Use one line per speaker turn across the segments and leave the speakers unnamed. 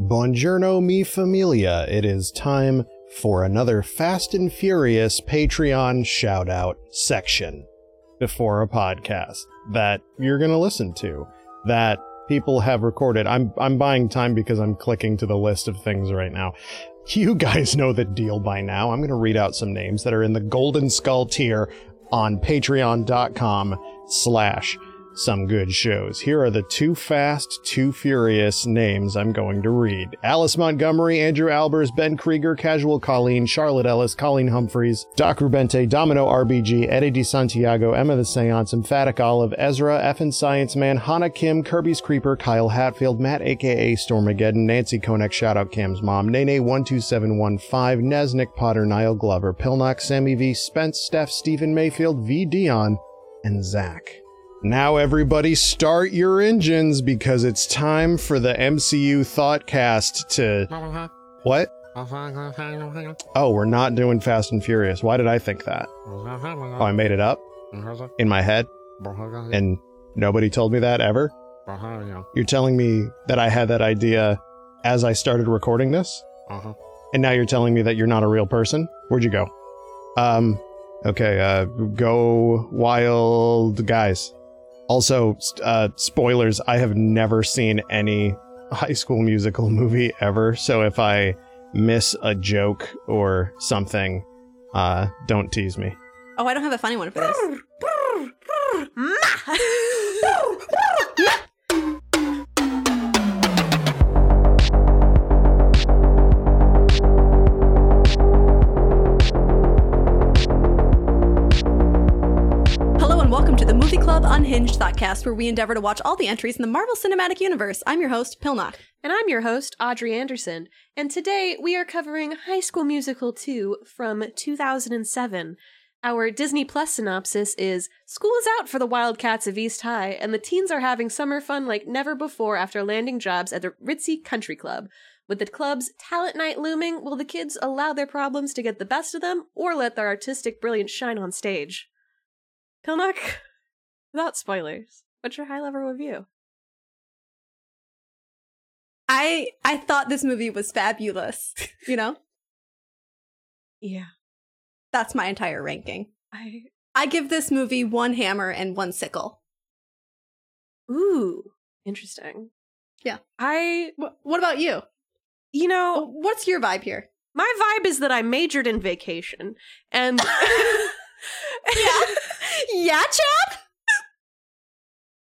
Buongiorno, mi familia. It is time for another Fast and Furious Patreon shout out section before a podcast that you're going to listen to that people have recorded. I'm, I'm buying time because I'm clicking to the list of things right now. You guys know the deal by now. I'm going to read out some names that are in the Golden Skull tier on patreon.com slash some good shows. Here are the two fast, two furious names I'm going to read Alice Montgomery, Andrew Albers, Ben Krieger, Casual Colleen, Charlotte Ellis, Colleen Humphreys, Doc Rubente, Domino RBG, Eddie De Santiago, Emma the Seance, Emphatic Olive, Ezra, Effin Science Man, Hannah Kim, Kirby's Creeper, Kyle Hatfield, Matt aka Stormageddon, Nancy Konek, Shoutout Cam's Mom, Nene12715, Nesnick Potter, Niall Glover, Pilnock, Sammy V, Spence, Steph, Stephen Mayfield, V Dion, and Zach. Now, everybody, start your engines because it's time for the MCU Thoughtcast to. What? Oh, we're not doing Fast and Furious. Why did I think that? Oh, I made it up in my head, and nobody told me that ever. You're telling me that I had that idea as I started recording this, and now you're telling me that you're not a real person? Where'd you go? Um, okay, uh, go wild guys. Also, st- uh, spoilers, I have never seen any high school musical movie ever, so if I miss a joke or something, uh, don't tease me.
Oh, I don't have a funny one for this. Hello and welcome to the Movie Club Unhinged Thoughtcast, where we endeavor to watch all the entries in the Marvel Cinematic Universe. I'm your host, Pilnock.
And I'm your host, Audrey Anderson, and today we are covering High School Musical 2 from 2007. Our Disney Plus synopsis is School is out for the Wildcats of East High, and the teens are having summer fun like never before after landing jobs at the Ritzy Country Club. With the club's talent night looming, will the kids allow their problems to get the best of them or let their artistic brilliance shine on stage? Pilnock, without spoilers, what's your high level review?
I I thought this movie was fabulous. You know,
Yeah,
that's my entire ranking.
I
I give this movie one hammer and one sickle.
Ooh, interesting.
Yeah.
I,
Wh- what about you?
you
Oh,
know,
what's your vibe here?
my vibe is that I majored in vacation. And
yeah, Chad?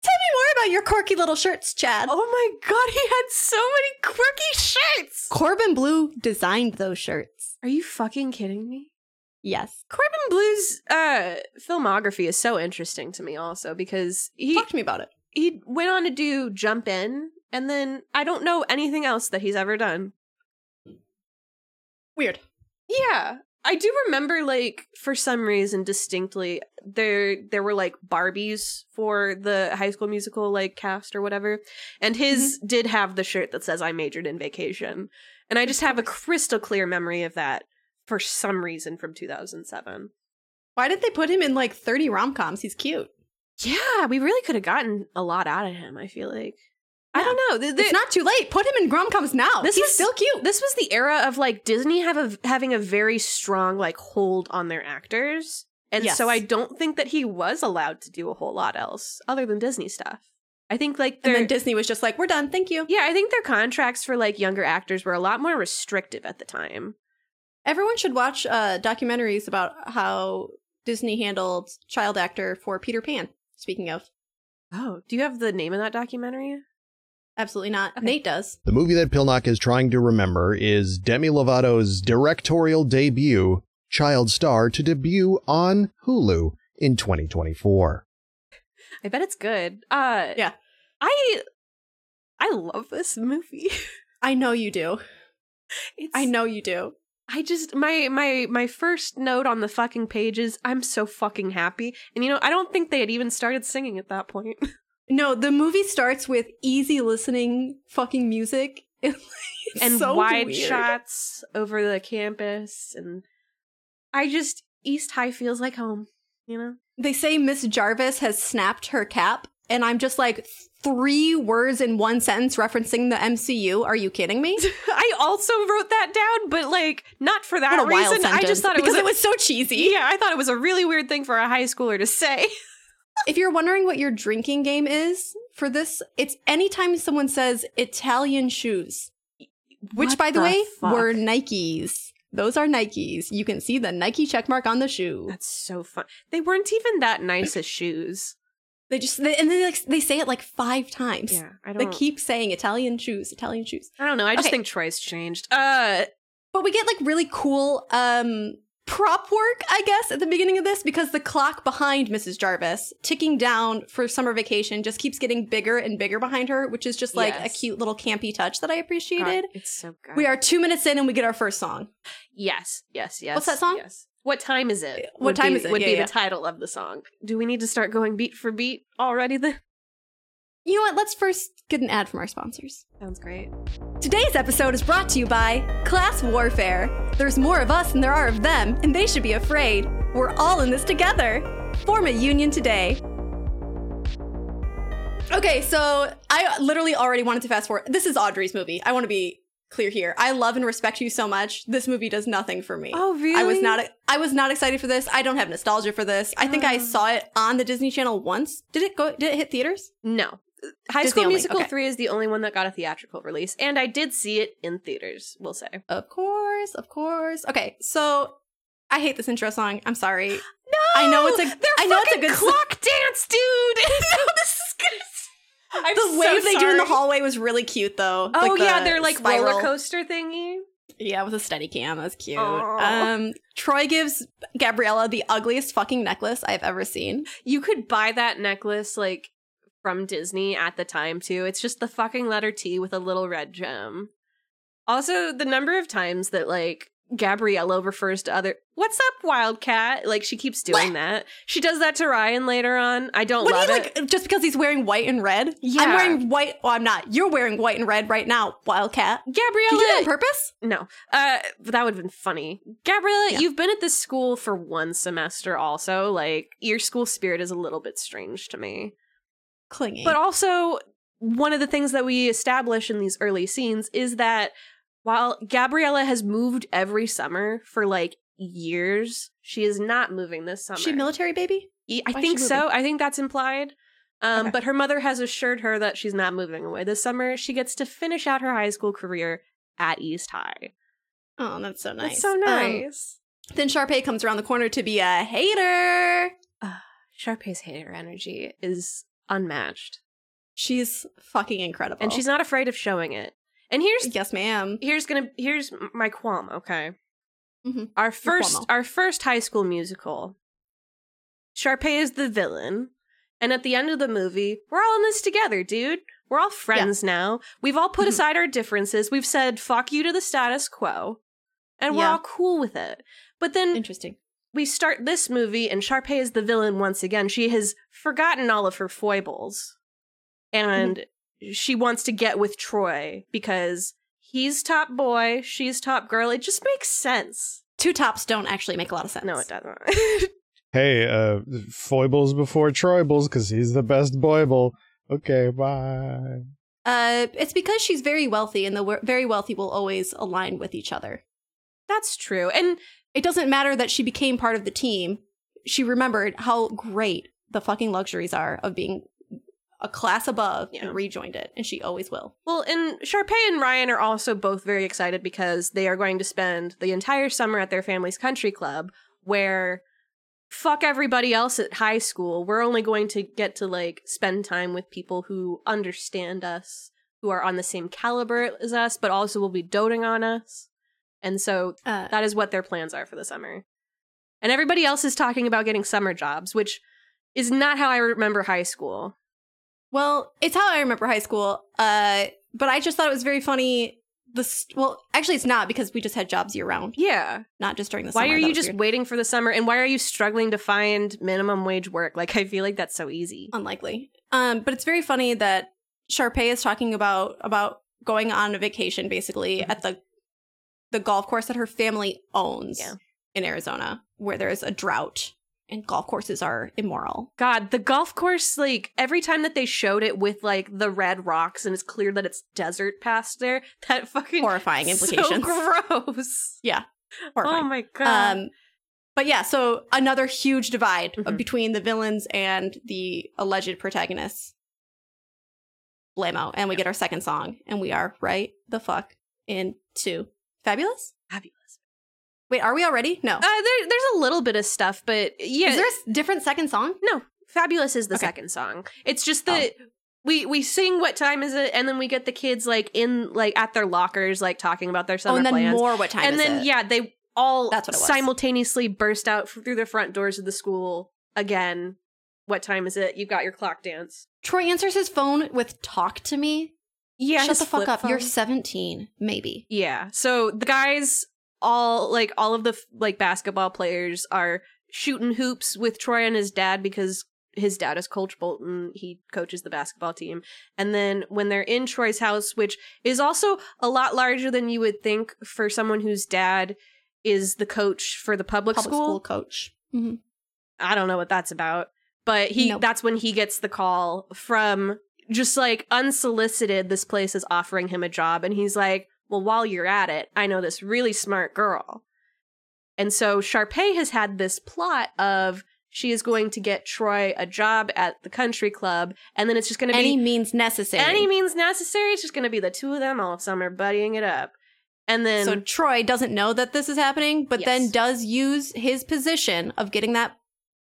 Tell me more about your quirky little shirts, Chad.
oh my god, he had so many quirky shirts.
Corbin Blue designed those shirts.
Are you fucking kidding me?
Yes.
Corbin Blue's uh filmography is so interesting to me also because he
Talk to me about it.
he went on to do Jump In and then I don't know anything else that he's ever done.
Weird.
Yeah. I do remember like for some reason distinctly there there were like Barbies for the high school musical like cast or whatever. And his did have the shirt that says I majored in vacation. And I just have a crystal clear memory of that for some reason from 2007.
Why did they put him in like 30 rom coms? He's cute.
Yeah, we really could have gotten a lot out of him, I feel like. I
Yeah.
don't know. Th- th-
it's not too late. Put him in rom coms now.
This
He's
is-
still cute.
this was the era of like Disney have a having a very strong like hold on their actors. And
Yes.
so I don't think that he was allowed to do a whole lot else other than Disney stuff. I think like
and
their
then Disney was just like, we're done. Thank you.
Yeah, I think their contracts for like younger actors were a lot more restrictive at the time.
Everyone should watch uh, documentaries about how Disney handled child actor for Peter Pan. Speaking of,
Oh, do you have the name of that documentary?
absolutely not.
Okay.
Nate does.
The movie that Pilnock is trying to remember is Demi Lovato's directorial debut, Child Star, to debut on Hulu in 2024.
I bet it's good. Uh
Yeah.
I I love this movie.
I know you do.
It's,
I know you do.
I just my my my first note on the fucking page is I'm so fucking happy. And you know, I don't think they had even started singing at that point.
No, the movie starts with easy listening fucking music It's
and
so
wide
weird.
shots over the campus and I just East High feels like home, you know?
They say Miss Jarvis has snapped her cap and I'm just like three words in one sentence referencing the MCU. Are you kidding me?
I also wrote that down, but like not for that
What a wild
reason.
sentence.
I just thought it
because
was, a-
it was so cheesy.
yeah, I thought it was a really weird thing for a high schooler to say.
If you're wondering what your drinking game is for this, it's anytime someone says Italian shoes, which,
What
by the,
the
way,
fuck?
were Nikes. Those are Nikes. You can see the Nike checkmark on the shoe.
That's so fun. They weren't even that nice as shoes.
They just they, and they like they say it like five times.
Yeah, I
They
don't.
keep saying Italian shoes, Italian shoes.
I don't know. I just
Okay.
think Troy's changed. Uh,
But we get like really cool um prop work, I guess, at the beginning of this because the clock behind Mrs. Jarvis ticking down for summer vacation just keeps getting bigger and bigger behind her, which is just like
Yes.
a cute little campy touch that I
God,
appreciated.
it's so good.
We are two minutes in and we get our first song.
Yes, yes, yes.
What's that song?
Yes. What time is it?
What time
be-
is it?
Would
Yeah,
be
yeah.
the title of the song. Do we need to start going beat for beat already? Then
You know what? Let's first get an ad from our sponsors.
sounds great.
Today's episode is brought to you by Class Warfare. There's more of us than there are of them, and they should be afraid. We're all in this together. Form a union today. Okay, so I literally already wanted to fast forward. This is Audrey's movie. I want to be clear here. I love and respect you so much. This movie does nothing for me.
Oh really?
I was not I was not excited for this. I don't have nostalgia for this. I think I
Oh.
saw it on the Disney Channel once. Did it go did it hit theaters?
no. High
Disney
School
only,
Musical
okay.
three is the only one that got a theatrical release, and I did see it in theaters. We'll say.
Of course, of course. Okay, so I hate this intro song. I'm sorry. No, I know it's a.
they're
I know it's a
fucking
good. song.
clock dance, dude. no, this is good. I'm
the wave
so
they do in the
sorry.
hallway was really cute, though.
Oh
Like,
yeah,
the
they're like
spiral.
roller coaster thingy.
Yeah, with a steady cam. That's cute.
Aw.
Um, Troy gives Gabriella the ugliest fucking necklace I've ever seen.
You could buy that necklace like from Disney at the time too. It's just the fucking letter T with a little red gem. Also, the number of times that like Gabriella refers to other "What's up, Wildcat?" like she keeps doing
What?
that. She does that to Ryan later on. I don't
What
love
do you
it.
like? Just because he's wearing white and red? I'm
Yeah.
wearing white. Well, I'm not. You're wearing white and red right now, Wildcat. Did you do that on
Gabriella,
purpose?
no, uh, but that would have been funny. Gabriella,
Yeah.
you've been at this school for one semester. Also, like your school spirit is a little bit strange to me.
Clinging.
But also, one of the things that we establish in these early scenes is that while Gabriella has moved every summer for like years, she is not moving this summer.
she military baby?
E- I
why is
think
she
so. I think that's implied. Um,
Okay.
But her mother has assured her that she's not moving away this summer. She gets to finish out her high school career at East High.
Oh, that's so nice.
That's so
Um,
nice.
Then Sharpay comes around the corner to be a hater.
Sharpay's hater energy is unmatched,
She's fucking incredible.
and she's not afraid of showing it. And here's
yes, ma'am.
here's gonna here's m- my qualm okay
Mhm.
our first
qualm.
our first high school musical Sharpay is the villain and at the end of the movie we're all in this together dude we're all friends now we've all put
Mhm.
aside our differences we've said fuck you to the status quo and we're
Yeah.
all cool with it but then
Interesting.
we start this movie and Sharpay is the villain once again she has forgotten all of her foibles and she wants to get with Troy because he's top boy, she's top girl. It just makes sense.
Two tops don't actually make a lot of sense.
No, it doesn't.
Hey, uh, foibles before troibles, because he's the best boible. Okay, bye.
Uh, it's because she's very wealthy, and the we- very wealthy will always align with each other.
That's true. And
It doesn't matter that she became part of the team. She remembered how great the fucking luxuries are of being a class above
Yeah.
and rejoined it, and she always will.
well, and Sharpay and Ryan are also both very excited because they are going to spend the entire summer at their family's country club where fuck everybody else at high school. We're only going to get to like spend time with people who understand us, who are on the same caliber as us, but also will be doting on us. And so
Uh,
That is what their plans are for the summer. And everybody else is talking about getting summer jobs, which is not how I remember high school.
Well, it's how I remember high school. Uh, but I just thought it was very funny. The st- well, actually, it's not because we just had jobs year round,
Yeah.
not just during the
Why
summer. That
are you
was
just
weird.
waiting for the summer and why are you struggling to find minimum wage work? Like I feel like that's so easy.
Oh unlikely? Um, but it's very funny that Sharpay is talking about about going on a vacation basically
Mm-hmm.
at the the golf course that her family owns
Yeah.
in Arizona, where there is a drought, and golf courses are immoral.
God, the golf course, like every time that they showed it with like the red rocks and it's clear that it's desert past there, that fucking
Horrifying implications.
So gross.
Horrifying.
Oh my god.
Um, but yeah, so another huge divide uh,
Mhm.
between the villains and the alleged protagonists. Blamo, and we get our second song, and we are right the fuck into fabulous.
Fabulous.
Wait, are we already? No.
Uh, there, there's a little bit of stuff, but yeah,
Is there a s- different second song?
no. Fabulous is the
Okay.
second song. Oh. It's just that we we sing what time is it, and then we get the kids like in like at their lockers, like talking about their summer
oh, and then
plans.
more. What time?
and
is
then
it?
yeah, they all
That's what it was.
simultaneously burst out f- through the front doors of the school again. What time is it? You got your clock dance.
Troy answers his phone with "Talk to me."
Yeah,
Shut
his
the fuck
flip
up. You're
phone.
17, maybe.
Yeah. So the guys all like all of the f- like basketball players are shooting hoops with Troy and his dad because his dad is Coach Bolton. He coaches the basketball team. And then when they're in Troy's house, which is also a lot larger than you would think for someone whose dad is the coach for the public,
Public
school.
school coach. Mhm.
I don't know what that's about. But he
Nope.
that's when he gets the call from just like unsolicited this place is offering him a job and he's like, "Well, while you're at it, I know this really smart girl." And so Sharpay has had this plot of she is going to get Troy a job at the country club and then it's just going to be
Any means necessary.
any means necessary. It's just going to be the two of them all summer buddying it up. And then
so Troy doesn't know that this is happening, but then
Yes.
does use his position of getting that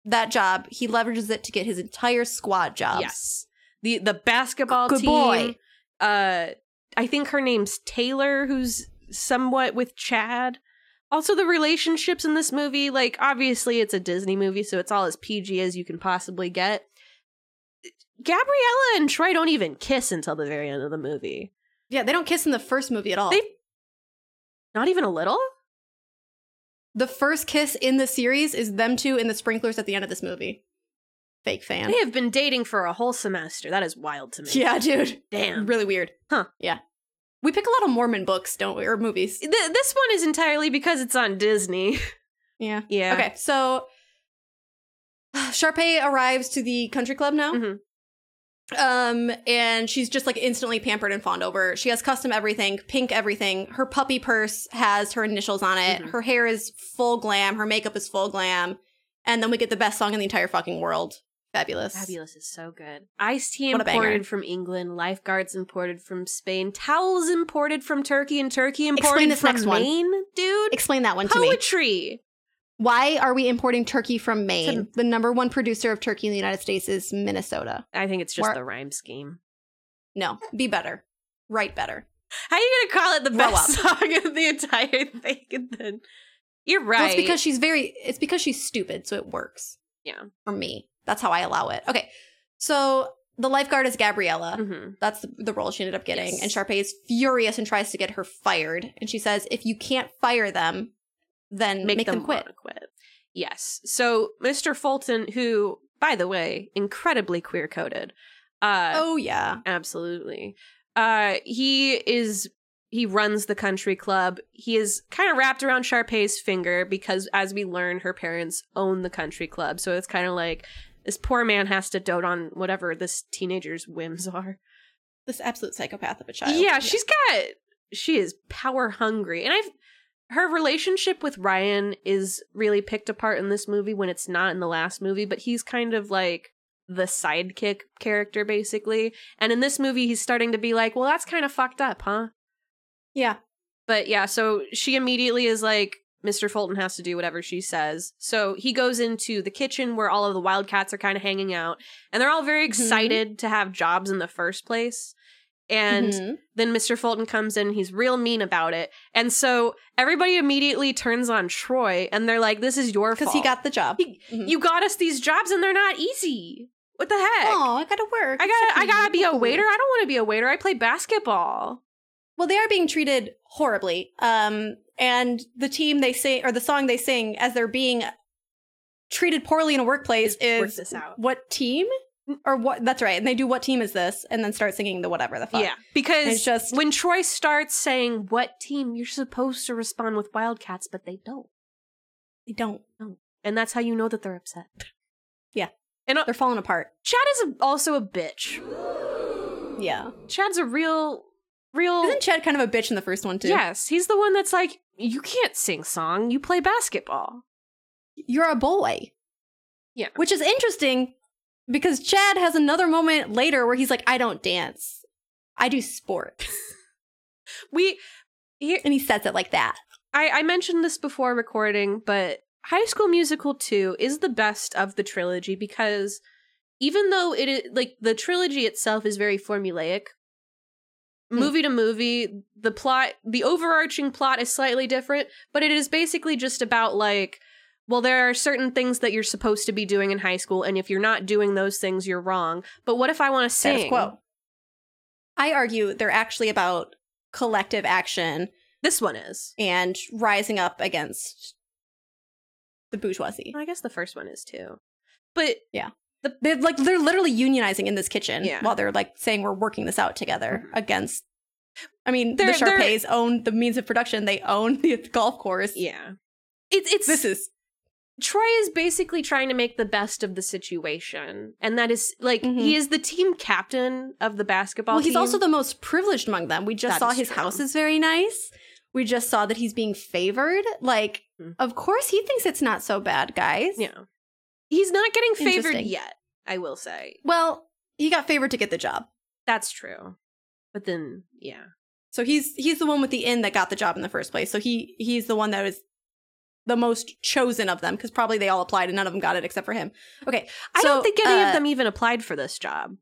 that job. He leverages it to get his entire squad jobs.
Yes. The the basketball
Good
team.
boy.
Uh I think her name's Taylor, who's somewhat with Chad. Also the relationships in this movie, like obviously it's a Disney movie, so it's all as PG as you can possibly get. Gabriella and Troy don't even kiss until the very end of the movie.
Yeah, they don't kiss in the first movie at all.
They- Not even a little?
the first kiss in the series is them two in the sprinklers at the end of this movie. Fake fan.
They have been dating for a whole semester. That is wild to me.
Yeah, dude.
Damn.
Really weird.
Huh.
Yeah. We pick a lot of Mormon books, don't we? Or movies.
Th- this one is entirely because it's on Disney.
Yeah.
yeah.
Okay, so Sharpay arrives to the country club now.
Mhm.
Um, and she's just like instantly pampered and fawned over. She has custom everything, pink everything. Her puppy purse has her initials on it.
Mhm.
Her hair is full glam. Her makeup is full glam. And then we get the best song in the entire fucking world. Fabulous.
Fabulous is so good. Iced tea
What a banger.
imported from England, lifeguards imported from Spain, towels imported from Turkey, and Turkey
Explain
imported
this
from
next one.
Maine, dude.
Explain that one to me.
Poetry.
Why are we importing turkey from Maine?
To-
the number one producer of turkey in the United States is Minnesota.
I think it's just
Where-
the rhyme scheme.
No, be better. Write better.
How are you gonna call it the
Grow
best song of the entire thing? And then you're right.
Well, it's because she's very. It's because she's stupid, so it works.
Yeah.
For me, that's how I allow it. Okay. So the lifeguard is Gabriella.
Mhm.
That's the, the role she ended up getting,
Yes.
and Sharpay is furious and tries to get her fired. And she says, "If you can't fire them, then make, them, quit."
wanna quit. Yes. So Mr. Fulton, who, by the way, incredibly queer coded. Uh,
Oh yeah.
Absolutely. Uh he is he runs the country club. He is kind of wrapped around Sharpay's finger because as we learn her parents own the country club. So it's kind of like this poor man has to dote on whatever this teenager's whims are.
This absolute psychopath of a child.
Yeah, she's got she is power hungry. And I've her relationship with Ryan is really picked apart in this movie when it's not in the last movie, but he's kind of like the sidekick character basically. And in this movie he's starting to be like, "Well, that's kind of fucked up, huh?"
yeah.
But yeah, so she immediately is like, Mr. Fulton has to do whatever she says. So he goes into the kitchen where all of the wildcats are kind of hanging out, and they're all very excited to have jobs in the first place. And
Mhm.
then Mr. Fulton comes in, he's real mean about it. And so everybody immediately turns on Troy and they're like, This is your fault.
he got the job.
He-
Mhm.
you got us these jobs and they're not easy. What the heck?
oh, I gotta work.
I
It's
gotta I
okay.
gotta be a
Ooh.
waiter. I don't wanna be a waiter. I play basketball.
Well, they are being treated horribly. Um, and the team they sing or the song they sing as they're being treated poorly in a workplace
Work
is
this out.
what team or what? That's right. And they do what team is this, and then start singing the whatever the fuck.
Yeah, because
It's just-
when Troy starts saying what team, you're supposed to respond with Wildcats, but they don't.
they don't.
No. And that's how you know that they're upset.
Yeah.
And uh,
They're falling apart.
Chad is a, also a bitch.
Yeah.
Chad's a real, real.
Isn't Chad kind of a bitch in the first one too?
Yes, he's the one that's like, you can't sing song. You play basketball.
You're a boy.
Yeah.
Which is interesting because Chad has another moment later where he's like, I don't dance. I do sports.
We, here,
And he says it like that.
I, I mentioned this before recording, but High School Musical 2 is the best of the trilogy because even though it is like the trilogy itself is very formulaic,
Hmm.
movie to movie, the plot, the overarching plot is slightly different, but it is basically just about like, well, there are certain things that you're supposed to be doing in high school, and if you're not doing those things, you're wrong. But what if I want to sing?
Status quo. I argue they're actually about collective action
This one is.
and rising up against the bourgeoisie.
I guess the first one is too. But
They're like they're literally unionizing in this kitchen
Yeah.
while they're like saying we're working this out together against. I mean,
They're-
the
they're-
Sharpays own the means of production. They own the golf course.
yeah. It's it's
This is
Troy is basically trying to make the best of the situation, and that is like
Mhm.
he is the team captain of the basketball.
well. He's
team.
also the most privileged among them. We just
That
saw
is
his
true.
house is very nice. We just saw that he's being favored. Like,
Hmm.
of course, he thinks it's not so bad, guys.
yeah. He's not getting favored
Interesting.
yet. I will say
Well, he got favored to get the job.
that's true, but then yeah,
So he's he's the one with the inn that got the job in the first place. So he he's the one that is the most chosen of them because probably they all applied and none of them got it except for him. Okay,
I
So,
don't think any
uh,
of them even applied for this job.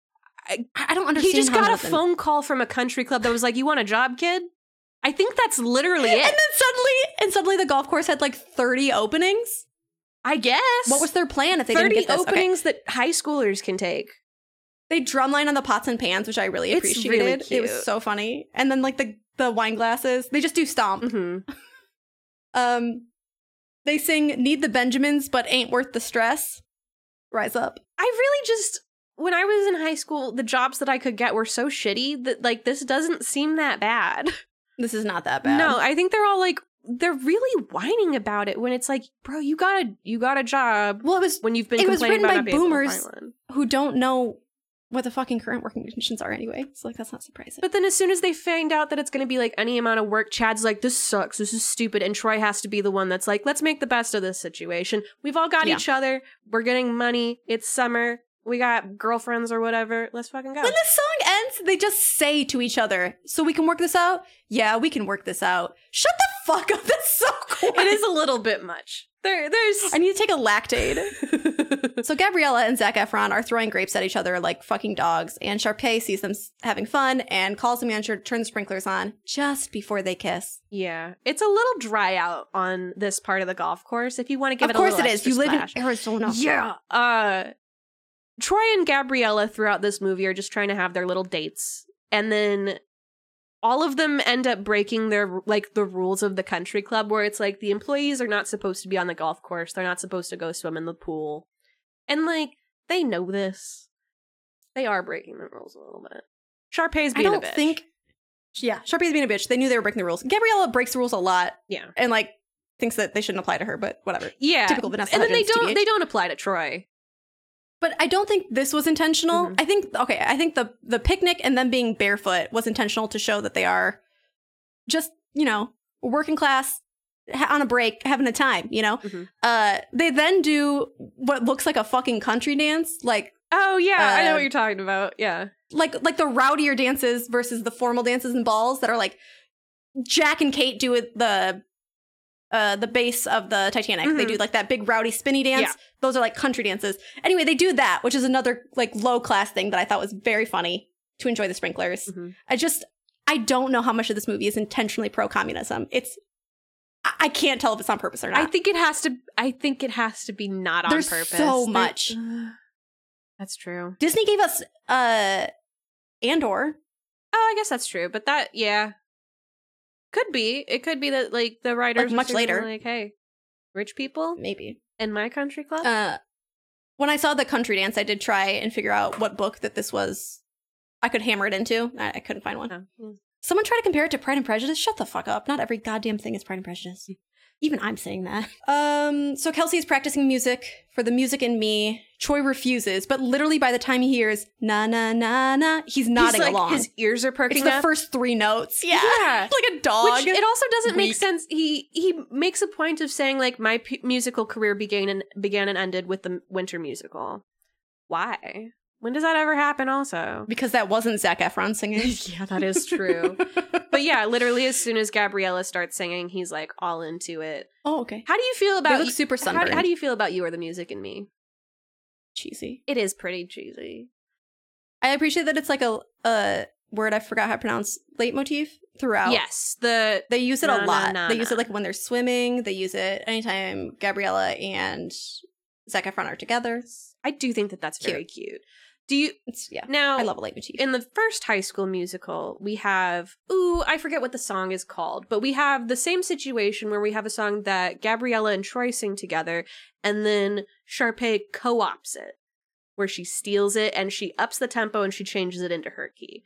I I don't understand.
He just
how
got
none
a
of them-
phone call from a country club that was like, "You want a job, kid?" I think that's literally
and
it.
then suddenly and suddenly the golf course had like thirty openings.
I guess
What was their plan if they didn't
thirty
get this? Okay.
openings that high schoolers can take?
They drumline on the pots and pans, which I really
It's really
appreciated. It
cute.
was so funny. And then like the the wine glasses, they just do stomp.
Mm-hmm.
Um, they sing "Need the Benjamins, but ain't worth the stress." Rise up.
I really just when I was in high school, the jobs that I could get were so shitty that like this doesn't seem that bad.
This is not that bad.
No, I think they're all like they're really whining about it when it's like, bro, you got a you got a job
Well, it was
when you've been
It was
complaining
written
about not
by
being able to
boomers.
find one.
who don't know what the fucking current working conditions are anyway. So like that's not surprising.
But then as soon as they find out that it's going to be like any amount of work, Chad's like, this sucks. This is stupid. And Troy has to be the one that's like, let's make the best of this situation. We've all got
Yeah.
each other. We're getting money. It's summer. We got girlfriends or whatever. Let's fucking go.
when the song ends, they just say to each other, "So we can work this out." Yeah, we can work this out. Shut the fuck up. That's so cool.
it is a little bit much. There, there's.
I need to take a lactaid. so Gabriella and Zac Efron are throwing grapes at each other like fucking dogs, and Sharpay sees them s- having fun and calls the manager to turn the sprinklers on just before they kiss.
yeah, it's a little dry out on this part of the golf course. If you want to
of
give it, a
course it
little
is.
extra
You live
splash.
in Arizona.
Yeah. Uh, Troy and Gabriella throughout this movie are just trying to have their little dates, and then all of them end up breaking their like the rules of the country club, where it's like the employees are not supposed to be on the golf course. They're not supposed to go swim in the pool, and like they know this. They are breaking the rules a little bit. Sharpay's
I
being
don't
a bitch.
think. Yeah, Sharpay's being a bitch. They knew they were breaking the rules. Gabriella breaks the rules a lot.
Yeah.
and like thinks that they shouldn't apply to her, but whatever.
Yeah.
Typical Vanessa
And then they
Hudgens,
don't
TBH.
they don't apply to Troy.
But I don't think this was intentional.
Mhm.
I think okay, I think the the picnic and them being barefoot was intentional to show that they are just you know working class ha- on a break, having a time. You know,
Mhm.
uh, they then do what looks like a fucking country dance, like
Oh yeah, I know
Uh,
what you're talking about. Yeah.
like like the rowdier dances versus the formal dances and balls that are like Jack and Kate do with the uh the base of the Titanic. They
Mhm.
do like that big rowdy spinny dance.
Yeah.
Those are like country dances. Anyway, they do that, which is another like low class thing that I thought was very funny to enjoy the sprinklers.
Mhm.
I just I don't know how much of this movie is intentionally pro communism. It's I-, I can't tell if it's on purpose or
I
not.
think it has to I think it has to be not on
There's
purpose.
so
There-
much.
That's true.
Disney gave us uh Andor.
Oh, I guess that's true, but that yeah. Could be. It could be that like the writers
Like,
were
much
sort of
later.
like, hey, rich people
Maybe.
in my country club?
uh, when I saw the country dance, I did try and figure out what book that this was. I could hammer it into. I, I couldn't find one.
Oh, yeah. Hmm.
Someone try to compare it to Pride and Prejudice. Shut the fuck up. Not every goddamn thing is Pride and Prejudice. Even I'm saying that. Um, so Kelsey is practicing music for the music in me. Troy refuses, but literally by the time he hears na na na na, he's nodding
He's like,
along.
His ears are perking
it's the
up.
first three notes. Yeah.
Yeah.
like a dog.
Which it also doesn't make
Weak.
sense. He he makes a point of saying like my p- musical career began and began and ended with the m- Winter Musical. Why? When does that ever happen? Also,
because that wasn't Zach Efron singing.
yeah, that is true. but yeah, literally as soon as Gabriella starts singing, he's like all into it.
oh, okay.
How do you feel
They
about
look super
how,
sunburned.
how do you feel about you or the music in me?
cheesy?
It is pretty cheesy.
I appreciate that it's like a a word I forgot how to pronounce leitmotif throughout.
Yes, the
They use it
Na, na,
a lot.
na,
they use
na.
it like when they're swimming. They use it anytime Gabriella and Zac Efron are together.
I do think that that's very cute. Do you
It's, yeah,
now?
I love a leitmotif.
Oh, in the first high school musical we have ooh i forget what the song is called but we have the same situation where we have a song that gabriella and troy sing together and then Sharpay co-ops it where she steals it and she ups the tempo and she changes it into her key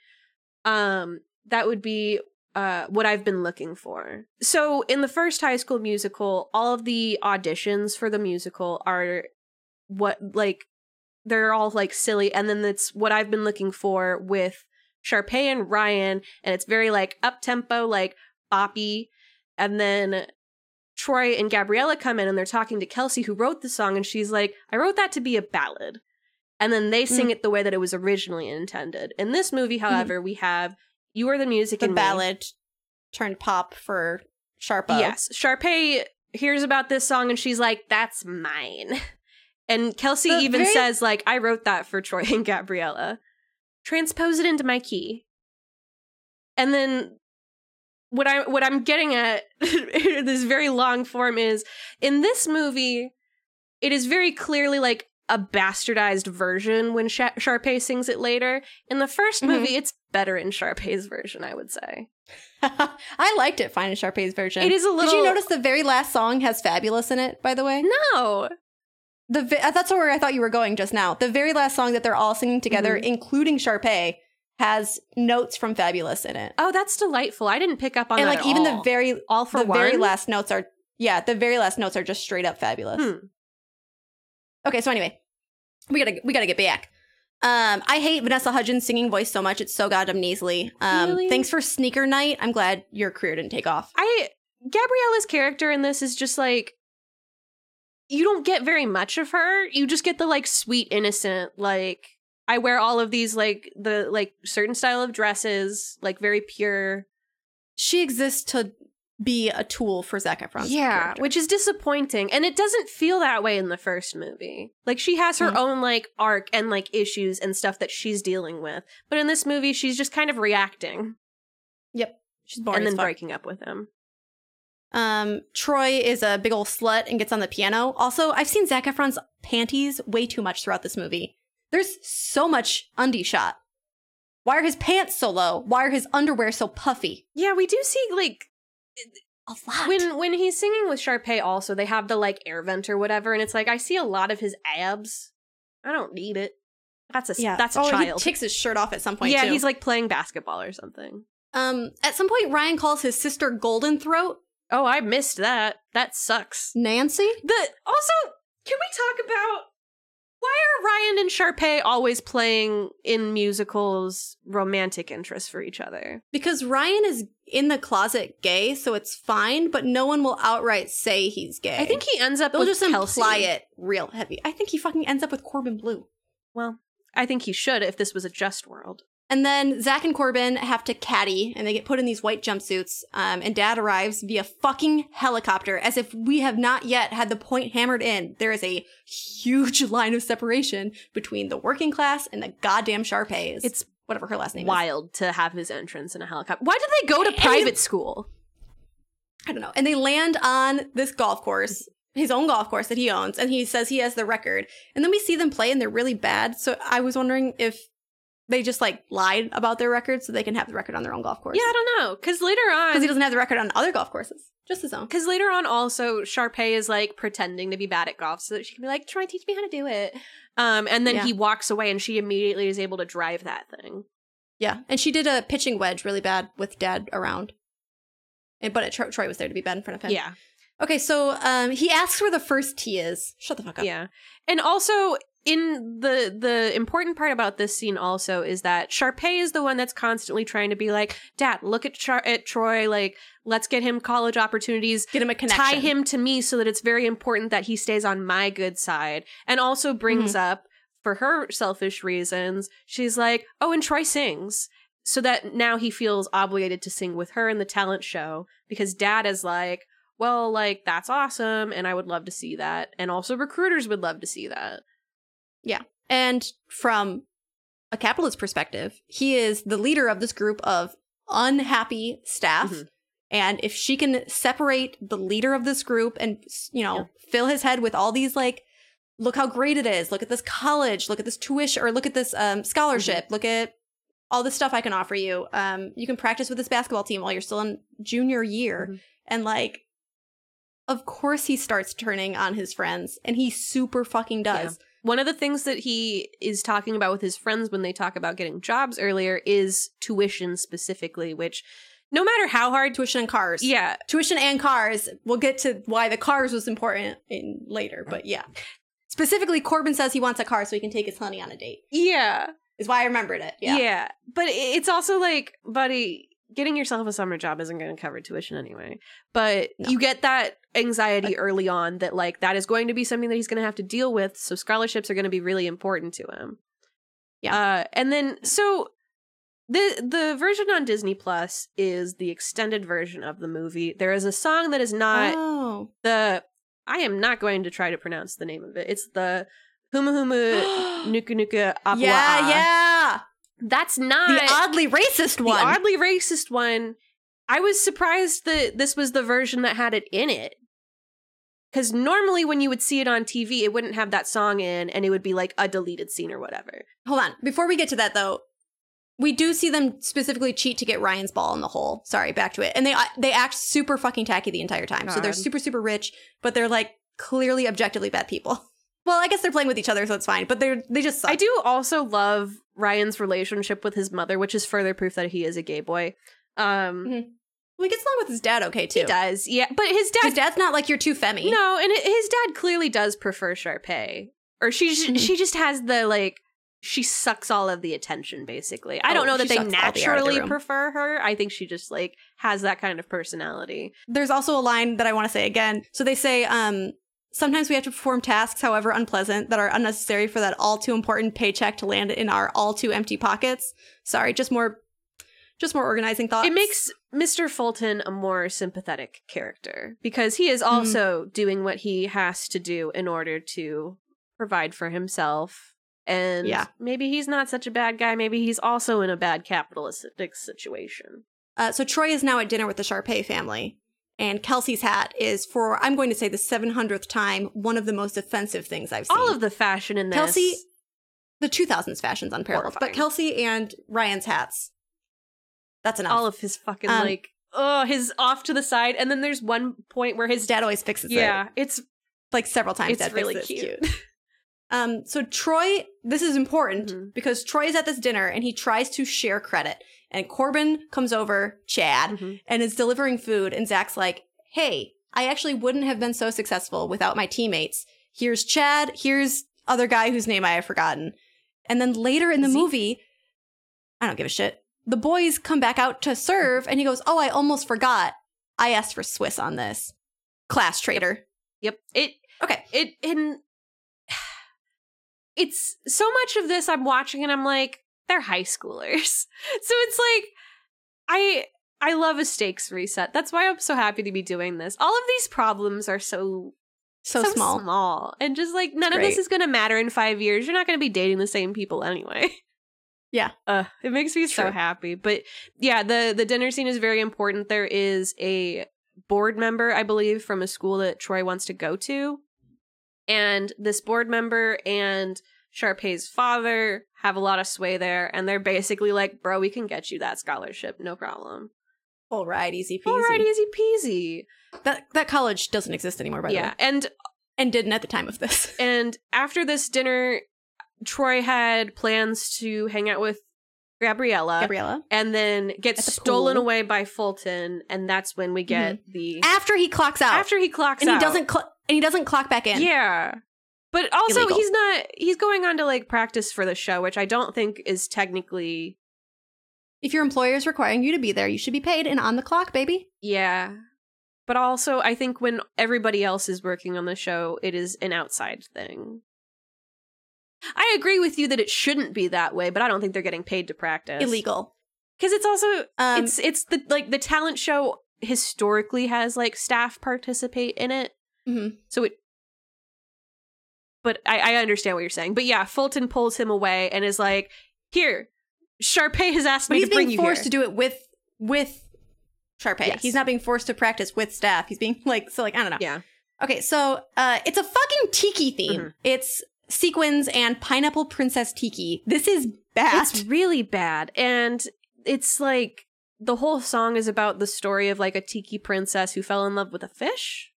um that would be uh, what I've been looking for. So, in the first high school musical, all of the auditions for the musical are what, like, they're all like silly. And then that's what I've been looking for with Sharpay and Ryan. And it's very like up tempo, like boppy. And then Troy and Gabriella come in and they're talking to Kelsey, who wrote the song. And she's like, I wrote that to be a ballad. And then they
Mm.
sing it the way that it was originally intended. In this movie, however, we have You Are the Music
Mm-hmm. the
and Me.
ballad turned pop for Sharpo.
Yes. Sharpay hears about this song and she's like, that's mine. And Kelsey
The
even
very-
says, like, I wrote that for Troy and Gabriella. Transpose it into my key. And then what I what I'm getting at this very long form is in this movie, it is very clearly like a bastardized version when Sha- Sharpay sings it later. In the 1st
Mhm.
movie, it's better in Sharpay's version, I would say.
I liked it fine in Sharpay's version.
It is a
Did
little- Mm-hmm.
you notice the very last song has fabulous in it? By the way,
No,
the vi- that's where I thought you were going just now. The very last song that they're all singing together,
Mm-hmm.
including Sharpay, has notes from Fabulous in it.
Oh, that's delightful. I didn't pick up on
and
that.
like
at
even the
all.
very
all for
the
one.
very last notes are yeah the very last notes are just straight up fabulous
Hmm.
okay so anyway we gotta we gotta get back um i hate vanessa hudgens singing voice so much it's so goddamn nasally um
Really?
thanks for sneaker night i'm glad your career didn't take off
I Gabriella's character in this is just like you don't get very much of her. You just get the like sweet innocent like I wear all of these like the like certain style of dresses, like very pure.
she exists to be a tool for Zac Efron's character.
which is disappointing and it doesn't feel that way in the first movie. Like she has her
Mhm.
own like arc and like issues and stuff that she's dealing with. But in this movie she's just kind of reacting
she's boring
and
as
then
fuck.
breaking up with him.
Um, Troy is a big old slut and gets on the piano. Also, I've seen Zac Efron's panties way too much throughout this movie. There's so much undie shot. Why are his pants so low? Why are his underwear so puffy?
Yeah, we do see like
A lot.
when when he's singing with Sharpay also they have the like air vent or whatever and it's like I see a lot of his abs. I don't need it. That's a
yeah,
that's a
oh,
child.
He takes his shirt off at some point.
yeah,
too.
he's like playing basketball or something.
um. At some point, Ryan calls his sister Golden Throat
Oh, I missed that. That sucks.
Nancy.
The also can we talk about why are Ryan and Sharpay always playing in musicals romantic interests for each other?
Because Ryan is in the closet gay, so it's fine, but no one will outright say he's gay.
I think he ends up
they'll
with
just
Kelsey.
imply it real heavy. I think he fucking ends up with Corbin Blue.
Well, I think he should if this was a just world.
And then Zach and Corbin have to caddy, and they get put in these white jumpsuits. Um, and Dad arrives via fucking helicopter, as if we have not yet had the point hammered in. There is a huge line of separation between the working class and the goddamn Sharpays.
It's
whatever her last name is.
wild to have his entrance in a helicopter. Why did they go to private school?
I don't know. And they land on this golf course, his own golf course that he owns, and he says he has the record. And then we see them play, and they're really bad. So I was wondering if they just like lied about their record so they can have the record on their own golf course.
Yeah, I don't know. Because later
because he
on,
doesn't have the record on other golf courses, just his own.
because later on, also Sharpay is like pretending to be bad at golf so that she can be like, "Try teach me how to do it." Um, and then
Yeah.
he walks away, and she immediately is able to drive that thing.
Yeah, and she did a pitching wedge really bad with Dad around, and, but it, Tro- Troy was there to be bad in front of him.
Yeah.
Okay, so um, he asks where the first T is. Shut the fuck up.
Yeah. And also in the the important part about this scene also is that Sharpay is the one that's constantly trying to be like, "Dad, look at Char- at Troy, like let's get him college opportunities,
Get him a connection.
tie him to me so that it's very important that he stays on my good side." And also brings up for her selfish reasons, she's like, "Oh, and Troy sings." So that now he feels obligated to sing with her in the talent show because dad is like, "Well, like that's awesome and I would love to see that." And also recruiters would love to see that.
And from a capitalist perspective, he is the leader of this group of unhappy staff.
Mhm.
And if she can separate the leader of this group and, you know, fill his head with all these, like, look how great it is, look at this college, look at this tuition, or look at this um, scholarship, look at all this stuff I can offer you. Um, you can practice with this basketball team while you're still in junior year.
Mhm.
And, like, of course he starts turning on his friends, and he super fucking
Yeah.
does.
One of the things that he is talking about with his friends when they talk about getting jobs earlier is tuition specifically, which no matter how hard
Tuition and cars.
yeah,
tuition and cars. We'll get to why the cars was important in later, but yeah. Specifically, Corbin says he wants a car so he can take his honey on a date.
yeah,
Is why I remembered it.
yeah,
Yeah.
But i- it's also like, buddy, getting yourself a summer job isn't going to cover tuition anyway. But
No.
you get that anxiety early on that like that is going to be something that he's going to have to deal with. So scholarships are going to be really important to him.
Yeah.
Uh, and then so the the version on Disney Plus is the extended version of the movie. There is a song that is not
oh.
the I am not going to try to pronounce the name of it. It's the Huma Huma Nuka Nuka Apua.
yeah, yeah.
That's not
The oddly racist one.
the oddly racist one. I was surprised that this was the version that had it in it. Because normally, when you would see it on TV, it wouldn't have that song in, and it would be like a deleted scene or whatever.
Hold on. Before we get to that though, we do see them specifically cheat to get Ryan's ball in the hole. Sorry, back to it. And they uh, they act super fucking tacky the entire time. So they're
God.
super super rich, but they're like clearly objectively bad people. Well, I guess they're playing with each other, so it's fine. But they're they just suck.
I do also love Ryan's relationship with his mother, which is further proof that he is a gay boy. Um,
Mhm, Well, he gets along with his dad okay too.
he does, yeah. But his dad,
His dad's not like you're too femmy.
no, and hi- his dad clearly does prefer Sharpay, or she j-
Mhm.
she just has the like she sucks all of the attention basically. I
Oh,
don't know
she
that they
sucks all the air out of the
naturally
room.
prefer her. I think she just like has that kind of personality.
There's also a line that I want to say again. So they say, um, sometimes we have to perform tasks, however unpleasant, that are unnecessary for that all too important paycheck to land in our all too empty pockets. Sorry, just more, just more organizing thoughts.
It makes Mr. Fulton a more sympathetic character because he
Hmm.
is also doing what he has to do in order to provide for himself. And
Yeah.
maybe he's not such a bad guy. Maybe he's also in a bad capitalistic situation.
Uh, so Troy is now at dinner with the Sharpay family, and Kelsey's hat is for I'm going to say the 700th time one of the most offensive things I've seen.
All of the fashion in this.
Kelsey, the 2000s fashion's unparalleled, but
Horrifying.
Kelsey and Ryan's hats. That's enough.
all of his fucking
Um,
like oh his off to the side and then there's one point where his
his
dad
dad always fixes it
yeah it's
like several times.
It's
Dad fixes
really
it. It's
cute.
um, so Troy, this is important
Mhm.
because Troy is at this dinner and he tries to share credit, and Corbin comes over, Chad,
Mm-hmm.
and is delivering food, and Zach's like, "Hey, I actually wouldn't have been so successful without my teammates. Here's Chad. Here's other guy whose name I have forgotten." And then later in the
Zeke.
movie, I don't give a shit. The boys come back out to serve, and he goes, "Oh, I almost forgot. I asked for Swiss on this." Class traitor.
yep it
Okay.
it and it's so much of this i'm watching and i'm like they're high schoolers so it's like i i love a stakes reset that's why i'm so happy to be doing this all of these problems are so
so, small.
small and just like none of
great.
this is gonna matter in five years you're not gonna be dating the same people anyway
Yeah.
uh, it makes me so
True.
happy but yeah the the dinner scene is very important there is a board member i believe from a school that troy wants to go to and this board member and Sharpay's father have a lot of sway there, and they're basically like, "Bro, we can get you that scholarship, no problem."
All right, easy peasy.
All right, easy
That that college doesn't exist anymore, by
peasy.
the
Yeah,
way,
and
and didn't at the time of this.
And after this dinner, Troy had plans to hang out with Gabriella,
Gabriella.
and then
At
gets
the
stolen
pool.
away by Fulton, and that's when we get the
After he clocks out.
after he clocks
and he
out.
doesn't cl- and he doesn't clock back in.
Yeah. But also
Illegal.
he's not he's going on to like practice for the show, which I don't think is technically
If your employer is requiring you to be there, you should be paid and on the clock, baby.
yeah. But also I think when everybody else is working on the show, it is an outside thing. I agree with you that it shouldn't be that way, but I don't think they're getting paid to practice.
Illegal.
Cuz it's also
Um,
it's it's the like the talent show historically has like staff participate in it.
Mhm.
So it But I, I understand what you're saying. But yeah, Fulton pulls him away and is like, Here, Sharpay has asked
but
me
he's
to bring
being
you
forced
here.
to do it with with Sharpay.
Yes.
He's not being forced to practice with staff. He's being like so like I don't know.
Yeah.
Okay, so uh, it's a fucking tiki theme.
Mhm.
It's sequins and pineapple princess tiki. This is bad.
It's really bad. And it's like the whole song is about the story of like a tiki princess who fell in love with a fish.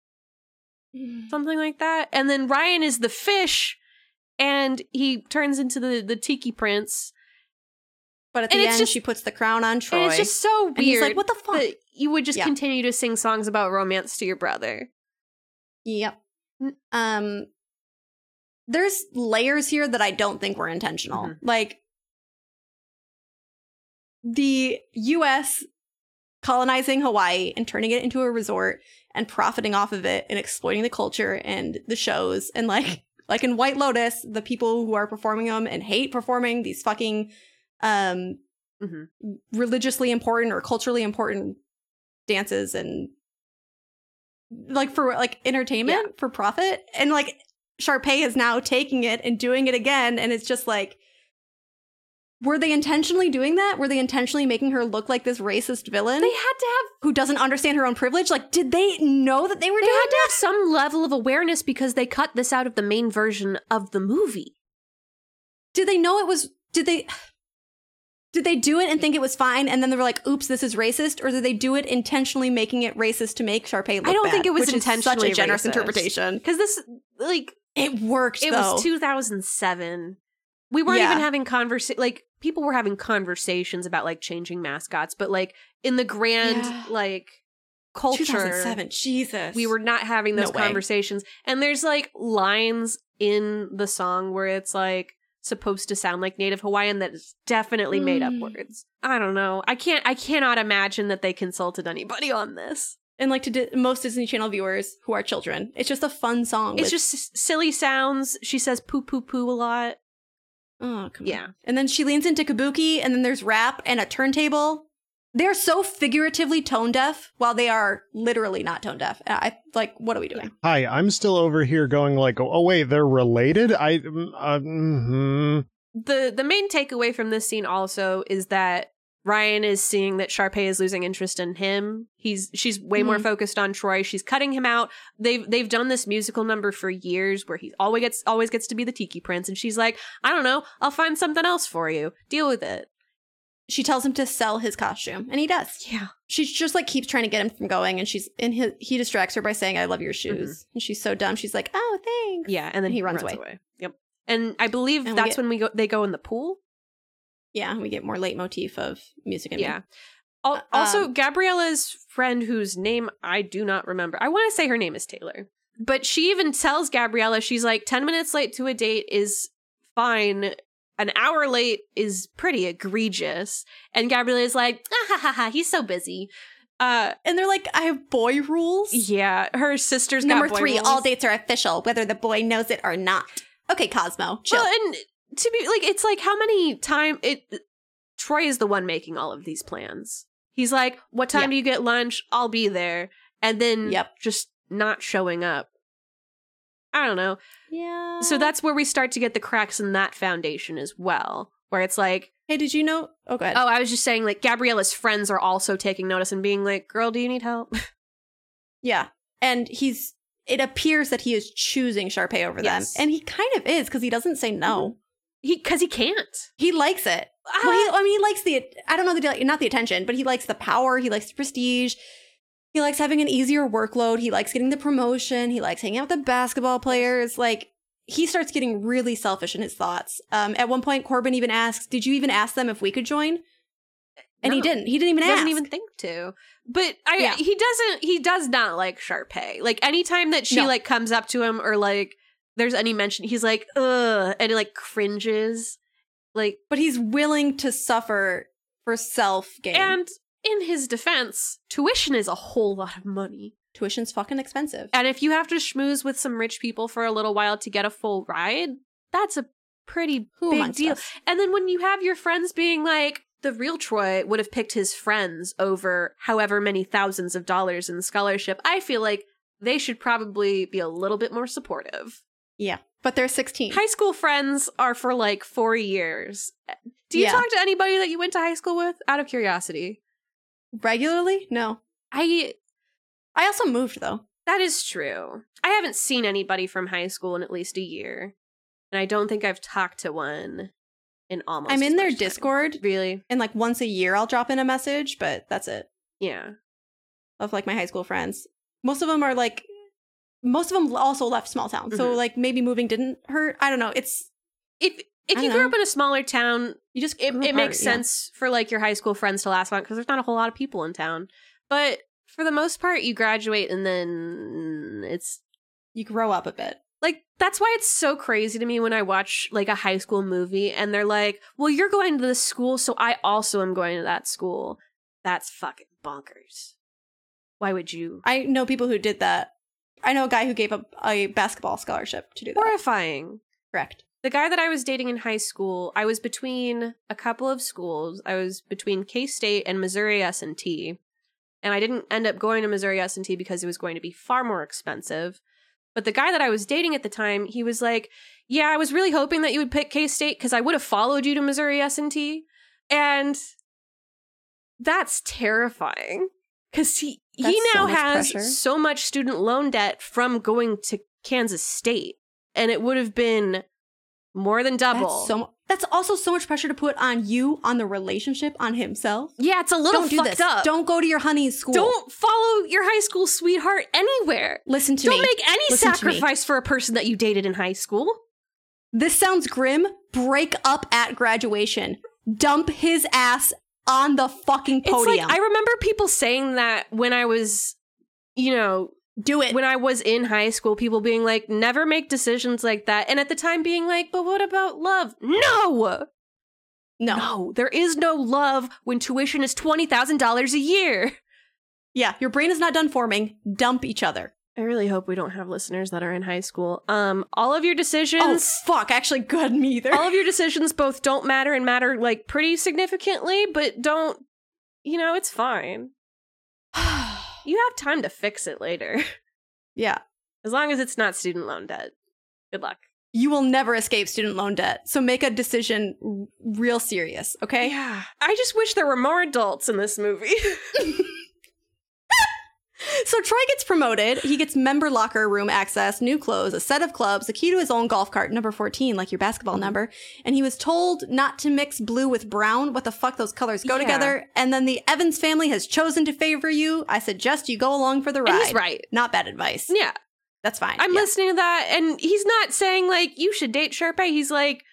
something like that. And then Ryan is the fish, and he turns into the the tiki prince.
but at
and
the
it's
end,
just-
she puts the crown on Troy.
And it's just so weird.
and he's like, "What the fuck?"
that you would just
Yeah.
continue to sing songs about romance to your brother.
Yep.
N-
Um there's layers here that I don't think were intentional.
Mhm.
Like the US colonizing Hawaii and turning it into a resort and profiting off of it and exploiting the culture and the shows and like like in White Lotus, the people who are performing them and hate performing these fucking um
Mhm.
religiously important or culturally important dances and like for like entertainment for profit and like Sharpay is now taking it and doing it again and it's just like were they intentionally doing that? Were they intentionally making her look like this racist villain
They had to have
who doesn't understand her own privilege? Like did they know that they were
they
doing
had to have some level of awareness because they cut this out of the main version of the movie.
did they know it was did they did they do it and think it was fine and then they were like oops this is racist or did they do it intentionally making it racist to make Sharpay look
I don't
bad,
think it was
which is
intentionally
such a generous
racist.
interpretation
Because this like
it worked
it
though.
was 2007. We weren't
Yeah.
even having conversa- like people were having conversations about like changing mascots, but like in the grand
Yeah.
like culture
2007 jesus
we were not having those
No way.
conversations. And there's like lines in the song where it's like supposed to sound like native Hawaiian that is definitely made up
Mm.
words. I don't know. I can't I cannot imagine that they consulted anybody on this.
and like to di- most disney channel viewers who are children it's just a fun song
It's
with-
just s- silly sounds. She says poo poo poo a lot.
oh come
Yeah.
on and then she leans into kabuki and then there's rap and a turntable they're so figuratively tone deaf while they are literally not tone deaf i I- like what are we doing
Hi, I'm still over here going like, oh wait, they're related. I, mm, uh, mm-hmm.
the the main takeaway from this scene also is that Ryan is seeing that Sharpay is losing interest in him. He's she's way more
Mhm.
focused on Troy. She's cutting him out. They've they've done this musical number for years where he always gets always gets to be the tiki prince and she's like, "I don't know, I'll find something else for you. Deal with it."
she tells him to sell his costume and he does
Yeah.
she just like keeps trying to get him from going and she's in his he distracts her by saying i love your shoes and she's so dumb she's like oh thanks
Mm-hmm. Yeah, and then
And he runs away.
Yep. And I believe
And we
that's
get-
when we go they go in the pool.
yeah and we get more leitmotif of music and
Yeah. Al- also,
um,
Gabriella's friend, whose name I do not remember, I want to say her name is Taylor, but she even tells Gabriella, she's like, 10 minutes late to a date is fine. An hour late is pretty egregious. And Gabriella's like, ah, ha, ha, ha, he's so busy. Uh,
and they're like i have boy rules
yeah, her sister's
Number
got boy
three,
rules.
all dates are official, whether the boy knows it or not. Okay, Cosmo, chill.
Well, and to be like, it's like how many time it. Troy is the one making all of these plans. He's like, "What time
Yeah.
do you get lunch? I'll be there," and then
Yep.
just not showing up. I don't know.
yeah.
So that's where we start to get the cracks in that foundation as well, where it's like,
hey, did you know? Oh, go ahead.
"Oh, I was just saying, like Gabriella's friends are also taking notice and being like, girl, do you need help?'"
Yeah, and he's. It appears that he is choosing Sharpay over
Yes.
them,
Mm-hmm.
and he kind of is because he doesn't say no.
He because he can't.
He likes it. Well,
Ah.
he, I mean, he likes the. I don't know the not the attention, but he likes the power. He likes the prestige. He likes having an easier workload. He likes getting the promotion. He likes hanging out with the basketball players. Like he starts getting really selfish in his thoughts. Um, at one point, Corbin even asks, "Did you even ask them if we could join?" And he
No.
didn't. He didn't even
He
ask.
doesn't even think to. But I
Yeah.
he doesn't he does not like Sharpay. Like anytime that she
No.
like comes up to him or like there's any mention, he's like, ugh, and he like cringes. Like
but he's willing to suffer for self gain.
and in his defense, tuition is a whole lot of money.
tuition's fucking expensive.
And if you have to schmooze with some rich people for a little while to get a full ride, that's a pretty
Who
big
amongst
deal.
us?
And then when you have your friends being like, the real Troy would have picked his friends over however many thousands of dollars in scholarship, I feel like they should probably be a little bit more supportive.
But they're 16.
High school friends are for like four years. Do you
Yeah.
talk to anybody that you went to high school with? Out of curiosity.
Regularly? No.
I
I also moved though.
that is true. I haven't seen anybody from high school in at least a year. And I don't think I've talked to one in almost
I'm
as
in their
much time.
Discord,
Really?
and like once a year I'll drop in a message, but that's it.
Yeah.
Of like my high school friends, most of them are like, most of them also left small town, so
Mhm.
like maybe moving didn't hurt. I don't know. It's
if if
I
you
don't
grew
know.
up in a smaller town,
you just
it,
grew
it
apart,
makes
yeah.
sense for like your high school friends to last long because there's not a whole lot of people in town. But for the most part, you graduate and then it's
You grow up a bit.
like that's why it's so crazy to me when I watch like a high school movie and they're like, "Well, you're going to this school, so I also am going to that school." That's fucking bonkers. Why would you?
I know people who did that. I know a guy who gave up a basketball scholarship to do that.
Horrifying.
Correct.
the guy that I was dating in high school, I was between a couple of schools. I was between K State and Missouri S and T, and I didn't end up going to Missouri S and T because it was going to be far more expensive. But the guy that I was dating at the time, he was like, "Yeah, I was really hoping that you would pick K State because I would have followed you to Missouri S and T," and that's terrifying because he
That's
he
so
now
much
has
pressure.
so much student loan debt from going to Kansas State, and it would have been more than double.
That's so. mu- That's also so much pressure to put on you, on the relationship, on himself.
yeah, it's a little
don't do
fucked
this.
up.
Don't go to your honey's school.
Don't follow your high school sweetheart anywhere.
listen to me.
Don't make any
Listen to me.
sacrifice for a person that you dated in high school.
This sounds grim. Break up at graduation. Dump his ass on the fucking podium.
It's like I remember people saying that when I was, you know,
Do it.
when I was in high school, people being like, never make decisions like that. And at the time, being like, but what about love? No!
no.
there is no love when tuition is $20,000 a year.
Yeah, your brain is not done forming. Dump each other.
I really hope we don't have listeners that are in high school. Um, all of your
Oh
decisions.
fuck! Actually, good. Me either.
all of your decisions both don't matter and matter like pretty significantly, but don't, you know, it's fine. You have time to fix it later,
Oh. yeah,
as long as it's not student loan debt. Good luck.
you will never escape student loan debt. So make a decision r- real serious. Okay.
Yeah. I just wish there were more adults in this movie.
So Troy gets promoted. He gets member locker room access, new clothes, a set of clubs, a key to his own golf cart, number 14, like your
Mm-hmm.
basketball number. And he was told not to mix blue with brown. What the fuck? Those colors go
Yeah.
together. And then the Evans family has chosen to favor you. I suggest you go along for the ride.
And he's right.
Not bad advice.
Yeah.
That's fine.
I'm
Yeah.
listening to that, and he's not saying like you should date Sharpay. He's like,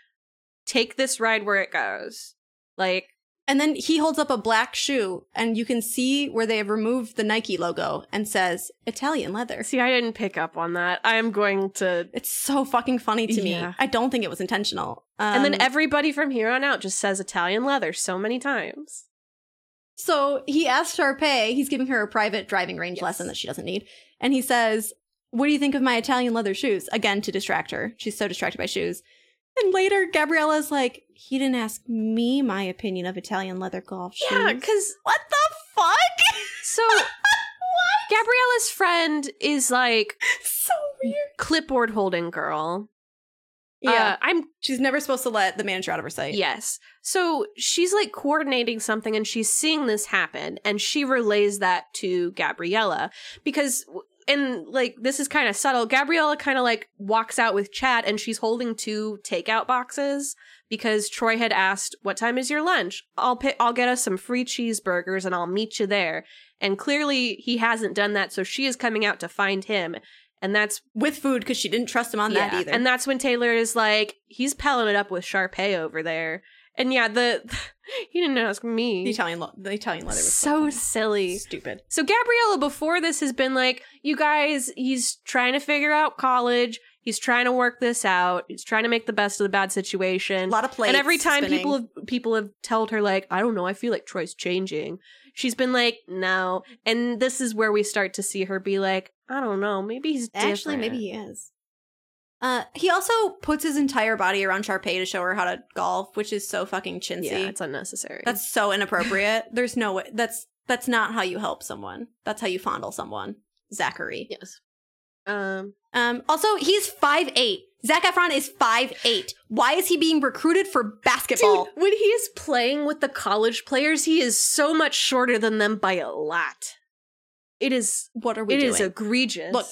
take this ride where it goes. Like,
And then he holds up a black shoe, and you can see where they have removed the Nike logo and says Italian leather.
see, I didn't pick up on that. I'm going to.
It's so fucking funny to me.
Yeah.
I don't think it was intentional.
and
Um,
then everybody from here on out just says Italian leather so many times.
So he asks Sharpay, he's giving her a private driving range
Yes.
lesson that she doesn't need. And he says, What do you think of my Italian leather shoes? Again, to distract her. She's so distracted by shoes. And later, Gabriella's like, He didn't ask me my opinion of Italian leather golf shoes.
Yeah, because
what the fuck?
so Gabriella's friend is like
so weird.
clipboard holding girl.
Yeah.
Uh, I'm
she's never supposed to let the manager out of her sight.
Yes. So she's like coordinating something and she's seeing this happen and she relays that to Gabriella because and like this is kind of subtle. Gabriella kind of like walks out with Chad and she's holding two takeout boxes because Troy had asked, "What time is your lunch? I'll pi- I'll get us some free cheeseburgers and I'll meet you there." And clearly he hasn't done that, so she is coming out to find him And that's
with food because she didn't trust him on that
yeah.
either.
And that's when Taylor is like, he's pelling it up with Sharpay over there. And yeah, the he didn't ask
the
me.
Italian, lo- the Italian leather was
So
fucking
silly.
stupid.
So Gabriella before this has been like, you guys, he's trying to figure out college. He's trying to work this out. He's trying to make the best of the bad
A
situation.
lot of plates.
and every time
spinning.
people have people have told her like, I don't know, I feel like Troy's changing. She's been like, no. And this is where we start to see her be like, I don't know, maybe he's
Actually,
different.
maybe he is. Uh, he also puts his entire body around Sharpay to show her how to golf, which is so fucking chintzy.
yeah, it's unnecessary.
that's so inappropriate. There's no way. That's that's not how you help someone. That's how you fondle someone. Zachary.
yes. Um,
Um, also, he's five eight. Zach Efron is five eight. Why is he being recruited for basketball?
Dude, when he is playing with the college players, he is so much shorter than them by a lot. It is
what are we
it
doing?
is egregious.
Look.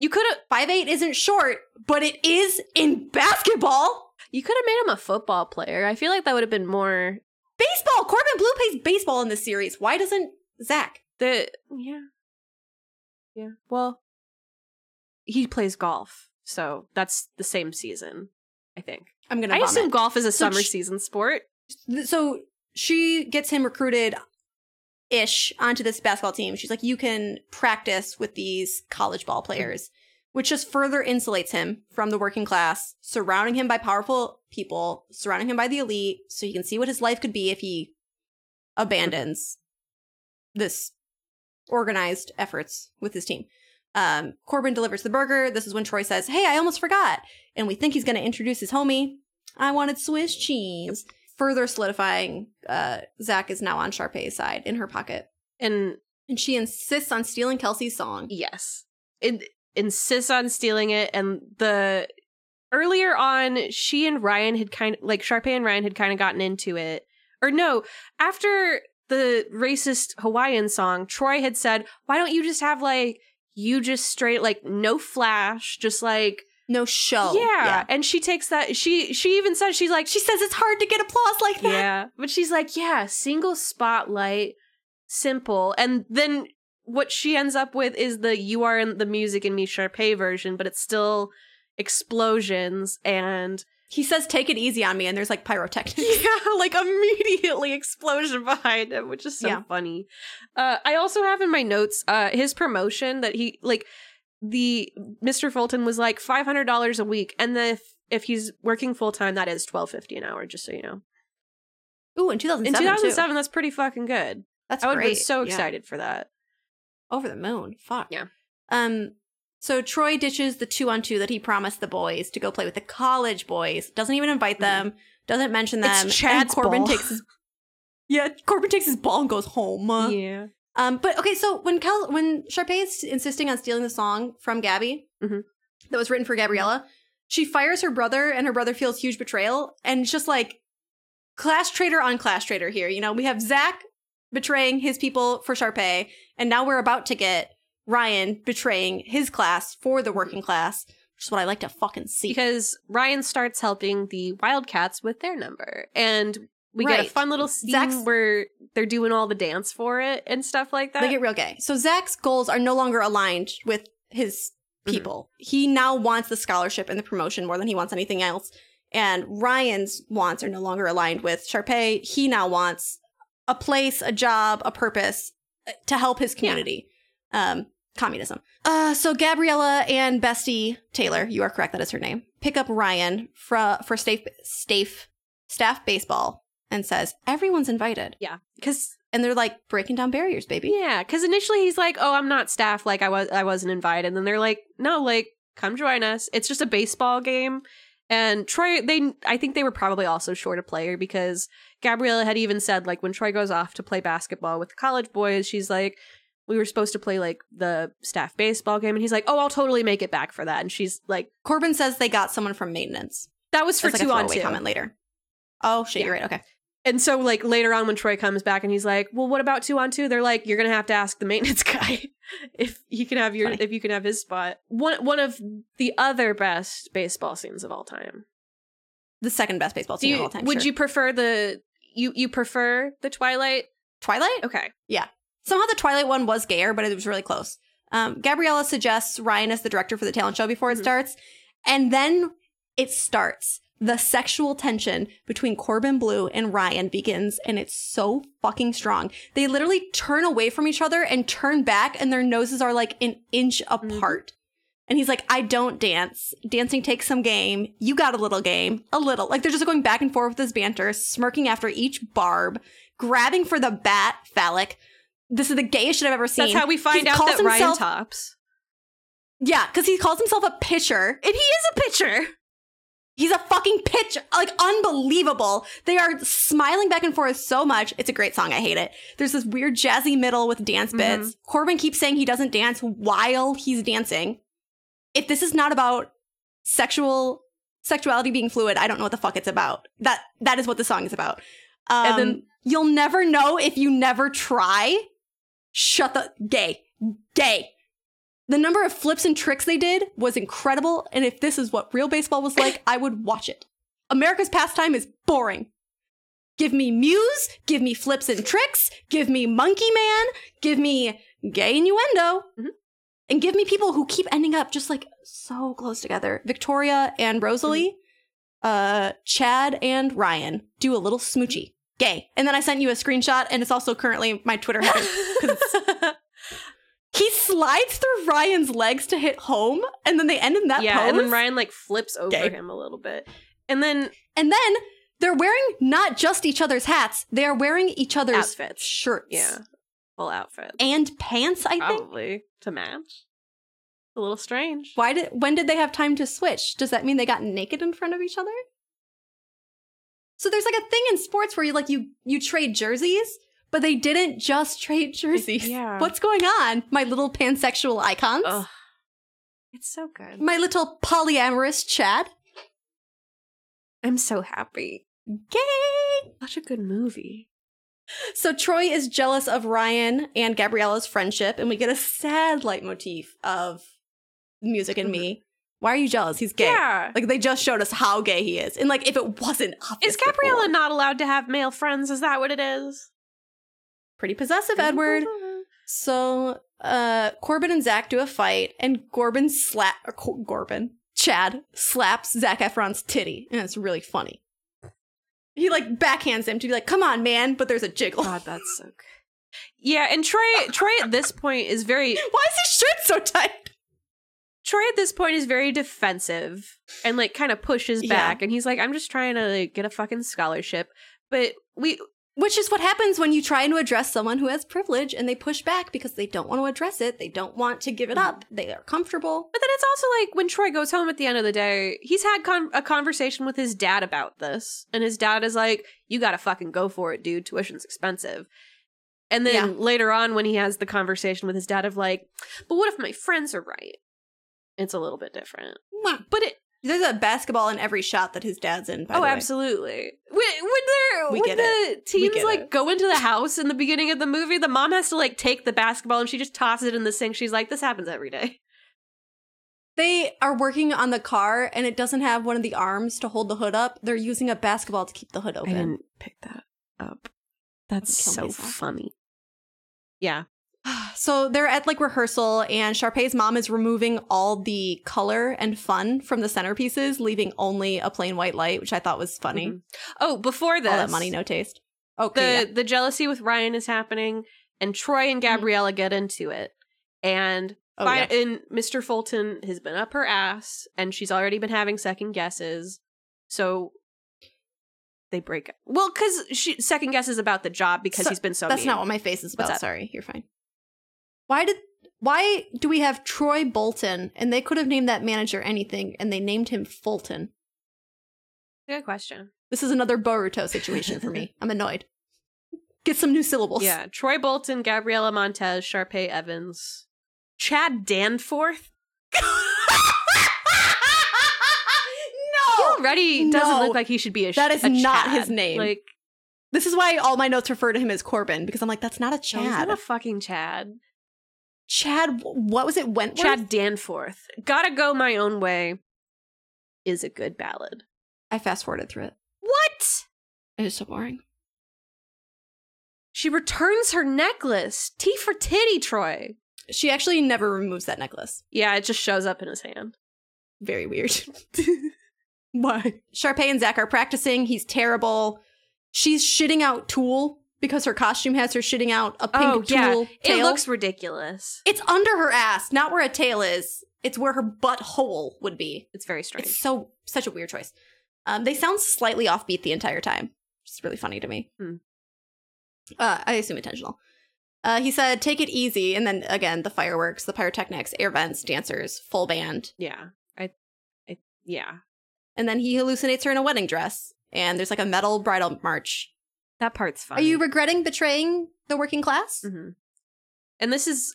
you could have
five eight isn't short, but it is in basketball.
you could have made him a football player. I feel like that would have been more
Baseball. Corbin Blue plays baseball in this series. Why doesn't Zach?
the yeah. Yeah. Well, he plays golf. So that's the same season, I think.
I'm gonna.
I
vomit.
assume golf is a
So
summer
sh-
season sport.
th- so she gets him recruited ish onto this basketball team. She's like, you can practice with these college ball players, which just further insulates him from the working class, surrounding him by powerful people, surrounding him by the elite, so he can see what his life could be if he abandons this organized efforts with his team. Um, Corbin delivers the burger. This is when Troy says, Hey, I almost forgot. And we think he's going to introduce his homie. I wanted Swiss cheese further solidifying uh, Zach is now on Sharpay's side in her pocket.
And
And she insists on stealing Kelsey's song.
Yes. It insists on stealing it and the earlier on she and Ryan had kind of like Sharpay and Ryan had kind of gotten into it. Or no, after the racist Hawaiian song, Troy had said, "Why don't you just have like you just straight like no flash, just like
No show.
yeah. And she takes that she she even said she's like
She says it's hard to get applause like that.
yeah. But she's like, yeah, single spotlight, simple. And then what she ends up with is the you are in the music and me Sharpay version, but it's still explosions and
He says, take it easy on me. And there's like pyrotechnics.
yeah, like um, immediately explosion behind him, which is so
Yeah.
funny. Uh, I also have in my notes uh, his promotion that he like the Mr. Fulton was like five hundred dollars a week, and then if if he's working full time, that is twelve fifty an hour. Just so you know,
Ooh, in 2007.
in two
too.
thousand seven, that's pretty fucking good.
That's
I would have been
great.
so
Yeah.
excited for that.
Over the moon. Fuck.
Yeah.
Um, so Troy ditches the two on two that he promised the boys to go play with the college boys. Doesn't even invite them. Doesn't mention
Mm-hmm. It's
them. and
Chad's
Corbin
ball.
takes his yeah. Corbin takes his ball and goes home.
yeah.
Um, but okay, so when Kel when Sharpay is insisting on stealing the song from Gabby
Mhm.
that was written for Gabriella, she fires her brother, and her brother feels huge betrayal, and it's just like class traitor on class traitor here. You know, we have Zach betraying his people for Sharpay, and now we're about to get Ryan betraying his class for the working class, which is what I like to fucking see.
Because Ryan starts helping the Wildcats with their number. And we get
Right.
a fun little scene
Zach's-
where they're doing all the dance for it and stuff like that.
They get real gay. So Zach's goals are no longer aligned with his
Mm-hmm.
people. He now wants the scholarship and the promotion more than he wants anything else. And Ryan's wants are no longer aligned with Sharpay. He now wants a place, a job, a purpose uh, to help his community. Um, communism. Uh, so Gabriella and Bestie Taylor, you are correct, that is her name, pick up Ryan for, for staff, staff, staff baseball and says, everyone's invited.
yeah. Because
And they're like breaking down barriers, baby.
yeah, because initially he's like, "Oh, I'm not staff. Like I was, I wasn't invited." And then they're like, "No, like come join us. It's just a baseball game." And Troy, they, I think they were probably also short a player because Gabriella had even said like when Troy goes off to play basketball with the college boys, she's like, "We were supposed to play like the staff baseball game," and he's like, "Oh, I'll totally make it back for that." And she's like,
Corbin says they got someone from maintenance.
"That was for
That's like
two
a
on
throwaway
two.
comment later. Oh shit, you're right. Okay.
And so like later on when Troy comes back and he's like, "Well, what about 2 on 2?" They're like, "You're going to have to ask the maintenance guy if he can have your
Funny.
if you can have his spot." One one of the other best baseball scenes of all time.
The second best baseball
Do
team
you
of all time.
would
sure.
you prefer the you you prefer the Twilight?
Twilight?
Okay.
Somehow the Twilight one was gayer, but it was really close. Um, Gabriella suggests Ryan as the director for the talent show before it
Mhm.
starts. And then it starts. The sexual tension between Corbin Blue and Ryan begins, and it's so fucking strong. They literally turn away from each other and turn back, and their noses are like an inch apart. And he's like, I don't dance. Dancing takes some game. You got a little game. A little. Like they're just going back and forth with this banter, smirking after each barb, grabbing for the bat phallic. This is the gayest shit I've ever seen.
That's how we find
He
out
calls
that Ryan
himself-
tops.
yeah, because he calls himself a pitcher.
And he is a pitcher.
He's a fucking pitcher. Like unbelievable. They are smiling back and forth so much. It's a great song. I hate it. There's this weird jazzy middle with dance
Mm-hmm.
bits. Corbin keeps saying he doesn't dance while he's dancing. If this is not about sexual sexuality being fluid, I don't know what the fuck it's about. That that is what the song is about. Um,
And then-
you'll never know if you never try. Shut the gay gay. The number of flips and tricks they did was incredible, and if this is what real baseball was like, I would watch it. America's pastime is boring. Give me Muse, give me flips and tricks, give me Monkey Man, give me gay innuendo,
Mhm.
and give me people who keep ending up just like so close together. Victoria and Rosalie,
Mm-hmm.
uh, Chad and Ryan do a little smoochy. Gay. And then I sent you a screenshot, and it's also currently my Twitter header. He slides through Ryan's legs to hit home, and then they end in that
yeah,
pose.
and then Ryan like flips over
Gay.
him a little bit. And then
And then they're wearing not just each other's hats; they are wearing each other's
Outfits.
shirts,
yeah, full outfit.
and pants. I think.
Probably to match. A little strange.
Why did? When did they have time to switch? Does that mean they got naked in front of each other? So there's like a thing in sports where you like you you trade jerseys, but they didn't just trade jerseys.
yeah.
What's going on, my little pansexual icons?
Ugh. It's so good.
My little polyamorous Chad.
I'm so happy.
Gay.
Such a good movie.
So Troy is jealous of Ryan and Gabriella's friendship, and we get a sad leitmotif of music and me. Why are you jealous? He's gay.
Mm-hmm. Yeah.
Like they just showed us how gay he is. And like if it wasn't obvious
Is Gabriella
before.
not allowed to have male friends? Is that what it is?
pretty possessive, Edward? So uh Corbin and Zach do a fight, and Corbin slap or Cor- Corbin. Chad slaps Zach Efron's titty, and it's really funny. He like backhands him to be like, come on, man, but there's a jiggle.
God, that's so good. Yeah, and Troy Troy at this point is very
Why is his shirt so tight?
Troy at this point is very defensive and like kind of pushes
Yeah.
back and he's like I'm just trying to like, get a fucking scholarship. But we
Which is what happens when you try to address someone who has privilege and they push back because they don't want to address it. They don't want to give it up. They are comfortable.
but then it's also like when Troy goes home at the end of the day, he's had con- a conversation with his dad about this and his dad is like you got to fucking go for it, dude. Tuition's expensive. And then
Yeah.
later on when he has the conversation with his dad of like, but what if my friends are right? It's a little bit different.
Mwah.
But it
There's a basketball in every shot that his dad's in, by
oh,
the way.
absolutely. When, when they're
We
when
get
the teens
get
like
it.
go into the house in the beginning of the movie, the mom has to like take the basketball and she just tosses it in the sink. She's like, "This happens every day."
They are working on the car and it doesn't have one of the arms to hold the hood up. They're using a basketball to keep the hood open.
pick that up. That's
Kill myself.
funny. Yeah,
So they're at like rehearsal and Sharpay's mom is removing all the color and fun from the centerpieces, leaving only a plain white light, which I thought was funny.
Mhm. Oh, before this,
Mm-hmm. All that money, no taste.
the
Okay. yeah.
the jealousy with Ryan is happening, and Troy and Gabriella get into it, and
Mm-hmm. Oh,
Fi-
yeah.
and Mr. Fulton has been up her ass, and she's already been having second guesses. So they break up. Well, because she second guesses about the job because
So-
he's been so.
That's
mean.
not what my face is
What's
about.
that?
Sorry, you're fine. Why did why do we have Troy Bolton and they could have named that manager anything and they named him Fulton?
good question.
This is another Boruto situation for me. I'm annoyed. Get some new syllables.
Yeah, Troy Bolton, Gabriella Montez, Sharpay Evans, Chad Danforth. He
no.
already doesn't
No.
look like he should be a. sh-
That is
a
not
Chad.
his name.
Like
This is why all my notes refer to him as Corbin because I'm like that's not a
no, he's
Chad.
not a fucking Chad.
Chad, what was it? Wentworth.
Chad Danforth. Gotta go my own way. Is a good ballad.
I fast forwarded through it.
What?
It is so boring.
She returns her necklace. T for titty, Troy.
She actually never removes that necklace.
Yeah, it just shows up in his hand.
Very weird. Why? Sharpay and Zach are practicing. He's terrible. She's shitting out Tool because her costume has her shitting out a pink
Oh,
Tool
yeah.
tail.
It looks ridiculous.
It's under her ass, not where a tail is. It's where her butthole would be.
It's very strange.
It's so such a weird choice. Um, they sound slightly offbeat the entire time. It's really funny to me.
Hmm.
Uh, I assume intentional. Uh, he said, "Take it easy," and then again, the fireworks, the pyrotechnics, air vents, dancers, full band,
yeah. I, I yeah.
and then he hallucinates her in a wedding dress. And there's like a metal bridal march.
That part's fun.
Are you regretting betraying the working class?
hmm And this is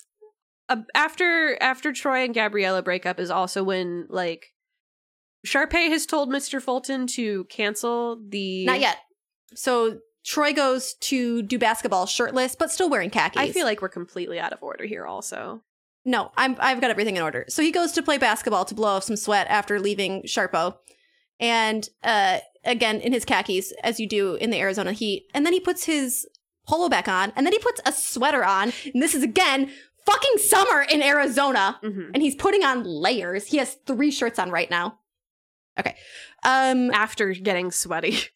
uh, after after Troy and Gabriella break up is also when like Sharpay has told Mr. Fulton to cancel the
Not yet. So Troy goes to do basketball shirtless, but still wearing khakis.
I feel like we're completely out of order here also.
No, I'm I've got everything in order. So he goes to play basketball to blow off some sweat after leaving Sharpo. And uh again in his khakis as you do in the Arizona heat. And then he puts his polo back on and then he puts a sweater on. And this is again fucking summer in Arizona
Mhm.
and he's putting on layers. He has 3 shirts on right now. Okay. Um
After getting sweaty.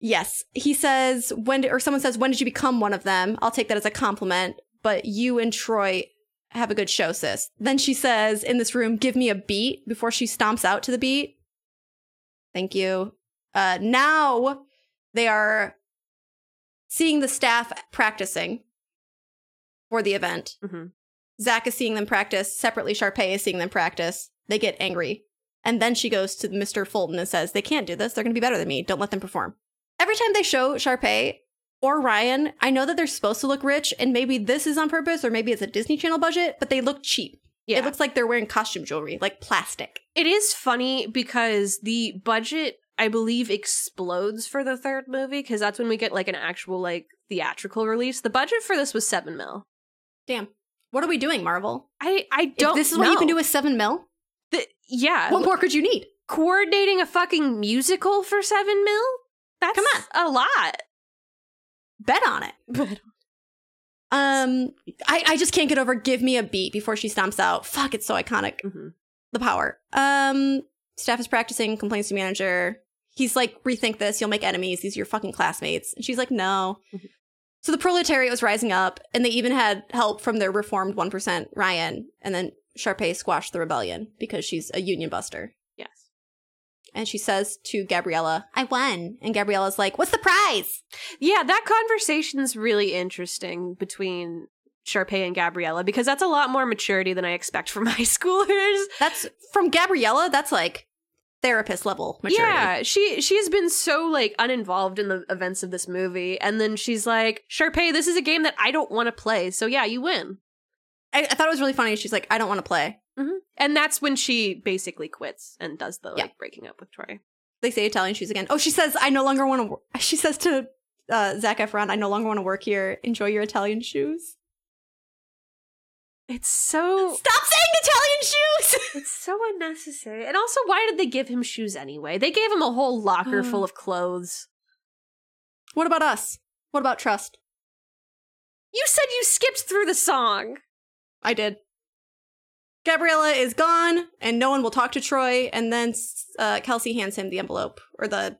Yes. He says, when, or someone says, when did you become one of them? I'll take that as a compliment, but you and Troy have a good show, sis. Then she says, in this room, give me a beat before she stomps out to the beat. Thank you. Uh, now they are seeing the staff practicing for the event.
Mhm.
Zach is seeing them practice separately. Sharpay is seeing them practice. They get angry. And then she goes to Mr. Fulton and says, They can't do this. They're going to be better than me. Don't let them perform. Every time they show Sharpay or Ryan, I know that they're supposed to look rich, and maybe this is on purpose, or maybe it's a Disney Channel budget, but they look cheap.
Yeah.
It looks like they're wearing costume jewelry, like plastic.
It is funny because the budget, I believe, explodes for the third movie because that's when we get like an actual like theatrical release. The budget for this was seven mil.
What are we doing, Marvel?
I I
If
don't.
this is what you can
know.
do with seven mil.
The- yeah,
What more could you need?
coordinating a fucking musical for seven mil. That's
Come on.
a lot.
Bet on it. Um, I, I just can't get over. Give me a beat before she stomps out. Fuck, it's so iconic.
Mhm.
the power. Um, staff is practicing, complains to manager. He's like, rethink this, you'll make enemies, these are your fucking classmates. And she's like, no.
Mhm.
So the proletariat was rising up, and they even had help from their reformed 1% Ryan, and then Sharpay squashed the rebellion because she's a union buster.
Yes.
And she says to Gabriella, I won. And Gabriella's like, What's the prize?
Yeah, that conversation's really interesting between Sharpay and Gabriella because that's a lot more maturity than I expect from high schoolers.
That's from Gabriella, that's like therapist level maturity.
Yeah, she she's been so like uninvolved in the events of this movie, and then she's like, "Sharpay, this is a game that I don't want to play." So yeah, you win,
I, I thought it was really funny. She's like, I don't want to play.
and that's when she basically quits and does the like
Yeah.
breaking up with Troy.
they say Italian shoes again. Oh, she says, I no longer want to. She says to uh, Zach Efron, I no longer want to work here. Enjoy your Italian shoes.
It's so
Stop saying Italian shoes!
it's so unnecessary, and also, why did they give him shoes anyway? They gave him a whole locker full of clothes.
what about us? What about trust?
You said you skipped through the song.
I did. Gabriella is gone, and no one will talk to Troy. And then uh, Kelsey hands him the envelope or the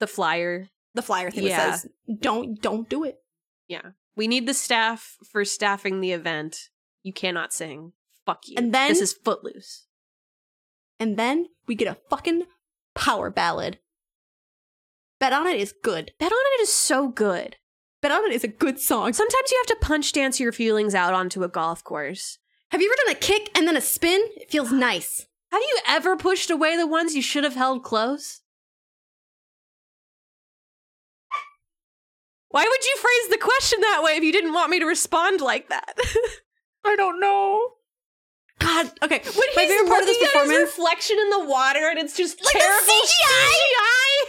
The flyer.
the flyer thing
Yeah.
that says, "Don't don't do it."
We need the staff for staffing the event. You cannot sing. Fuck you.
And then-
this is footloose.
And then we get a fucking power ballad. Bet on it is good.
Bet on It is so good.
Bet on it is a good song.
Sometimes you have to punch dance your feelings out onto a golf course.
Have you ever done a kick and then a spin? It feels nice.
Have you ever pushed away the ones you should have held close? Why would you phrase the question that way if you didn't want me to respond like that?
I don't know. God, okay. What
My
my favorite part of this performance,
reflection in the water, and it's just
like the CGI.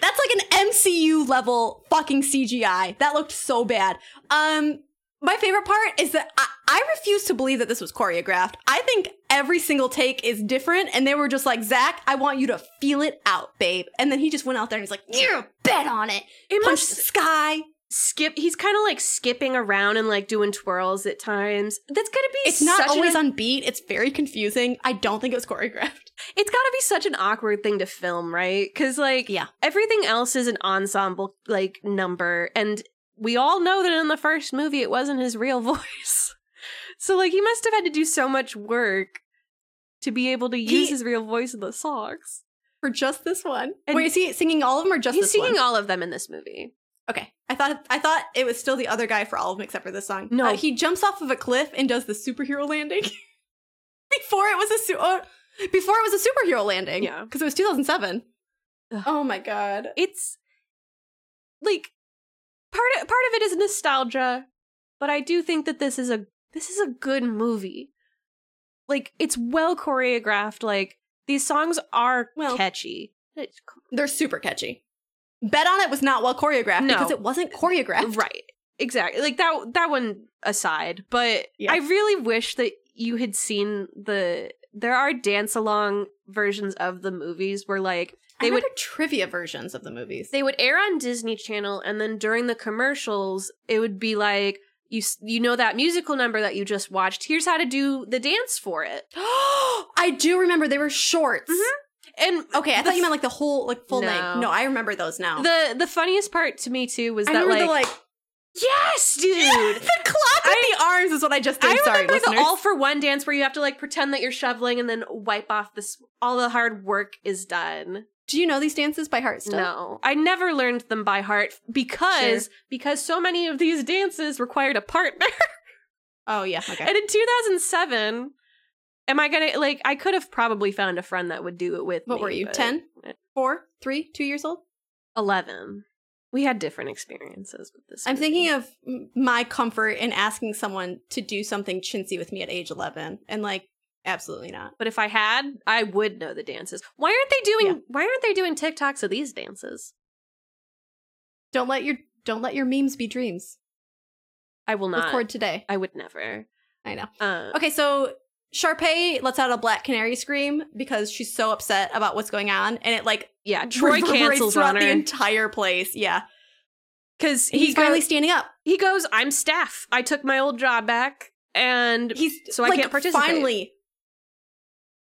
That's like an MCU level fucking CGI. That looked so bad. Um, my favorite part is that I, I refuse to believe that this was choreographed. I think every single take is different, and they were just like, Zach, I want you to feel it out, babe. And then he just went out there and he's like, You bet on it.
It
Punch the
must.
sky.
skip he's kind of like skipping around and like doing twirls at times that's gotta be
It's not
such an-
always on beat. It's very confusing. I don't think it was choreographed.
it's gotta be such an awkward thing to film right because like
Yeah.
everything else is an ensemble like number and we all know that in the first movie it wasn't his real voice so like he must have had to do so much work to be able to use
He-
his real voice in the songs
For just this one.
And-
Wait, is he singing all of them or just
he's
this
singing
one?
all of them in this movie
okay. I thought I thought it was still the other guy for all of them except for this song.
No.
Uh, he jumps off of a cliff and does the superhero landing. before it was a su- oh, before it was a superhero landing.
Yeah.
Because it was 2007.
Ugh.
Oh my god.
it's like part of, part of it is nostalgia, but I do think that this is a this is a good movie. Like it's well choreographed. Like these songs are
Well-
catchy. It's c-
They're super catchy. Bet on it was not well choreographed
No.
because it wasn't choreographed.
Right. Exactly. Like that that one aside, but
Yeah.
I really wish that you had seen the there are dance along versions of the movies where like
They
they would
would trivia versions of the movies.
they would air on Disney Channel, and then during the commercials, it would be like you s- you know that musical number that you just watched. Here's how to do the dance for it.
I do remember they were shorts.
Mhm. And
Okay, I
The
thought you
f-
meant like the whole like full
No.
length. No, I remember those now.
the the funniest part to me too was
I
that
remember
like,
the like
yes,
the
dude.
clap with the arms is what I just did.
I
Sorry,
remember
listeners.
the all for one dance where you have to like pretend that you're shoveling and then wipe off this all the hard work is done.
do you know these dances by heart still?
No, I never learned them by heart because because so many of these dances required a partner.
Oh yeah. Okay.
And in 2007, am I gonna like? I could have probably found a friend that would do it with
What
me,
were you?
but-
Ten? Four? Three? Two years old?
Eleven. We had different experiences with this.
I'm thinking of m- my comfort in asking someone to do something chintzy with me at age 11, and like absolutely not.
but if I had, I would know the dances. Why aren't they doing?
Yeah.
Why aren't they doing TikToks of these dances?
Don't let your don't let your memes be dreams.
I will not.
Record today.
I would never.
I know.
Uh,
Okay, so Sharpay lets out a black canary scream because she's so upset about what's going on, and it like
Yeah, Troy
reverberates
cancels
throughout
on
the
her
entire place. Yeah,
because he
he's finally
goes,
standing up.
he goes. I'm staff. I took my old job back, and
He's
so I
like,
can't participate.
Finally,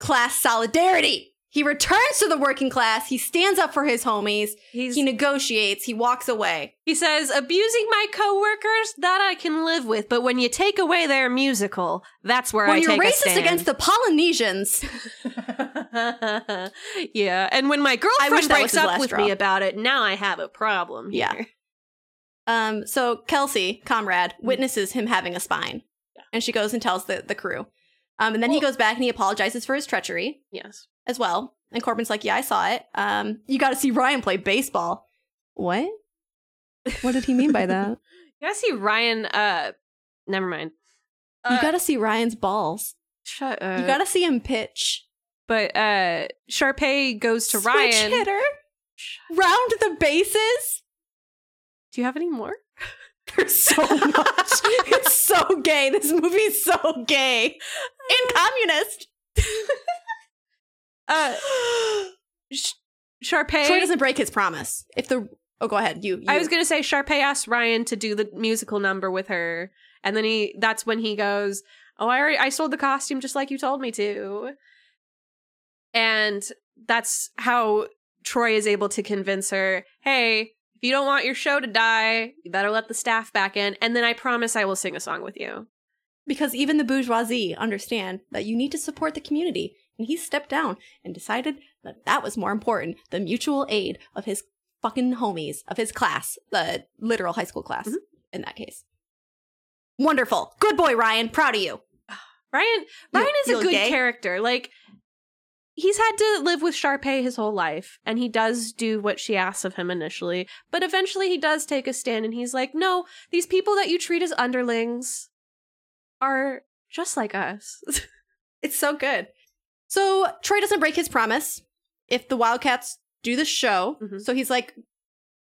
class solidarity. He returns to the working class. He stands up for his homies.
he's
He negotiates. He walks away.
He says, abusing my coworkers, that I can live with, but when you take away their musical, that's where I
when you're
take a
racist
stand.
against the Polynesians,
yeah, and when my
I wish that
girlfriend
was
breaks
his
up
last
with
straw.
me about it, now I have a problem.
Yeah.
here.
Um, so Kelsey, comrade, witnesses him having a spine. And she goes and tells the, the crew. Um, and then he
Well-
goes back and he apologizes for his treachery
Yes.
as well. And Corbin's like, Yeah, I saw it. Um, you got to see Ryan play baseball. What? What did he mean by that?
You gotta see Ryan, uh, never mind.
you
Uh,
got to see Ryan's balls.
shut up.
you got to see him pitch.
but, uh, Sharpay goes to
Switch
Ryan.
hitter. Round the bases.
Do you have any more?
There's so much. it's so gay. This movie's so gay. And communist.
Uh, Sh- Sharpay.
Troy doesn't break his promise. If the oh, go ahead. You. you
I was gonna say Sharpay asked Ryan to do the musical number with her, and then he that's when he goes, "Oh, I already I sold the costume just like you told me to," and that's how Troy is able to convince her, "Hey, if you don't want your show to die, you better let the staff back in, and then I promise I will sing a song with you."
because even the bourgeoisie understand that you need to support the community, and he stepped down and decided that that was more important the mutual aid of his fucking homies of his class, the literal high school class
Mhm.
in that case. Wonderful, good boy, Ryan. Proud of you.
Ryan Ryan is
you
a
look
good
gay.
character, like. He's had to live with Sharpay his whole life, and he does do what she asks of him initially. But eventually, he does take a stand, and he's like, "No, these people that you treat as underlings are just like us.
It's so good. So Troy doesn't break his promise if the Wildcats do the show.
Mhm.
So he's like,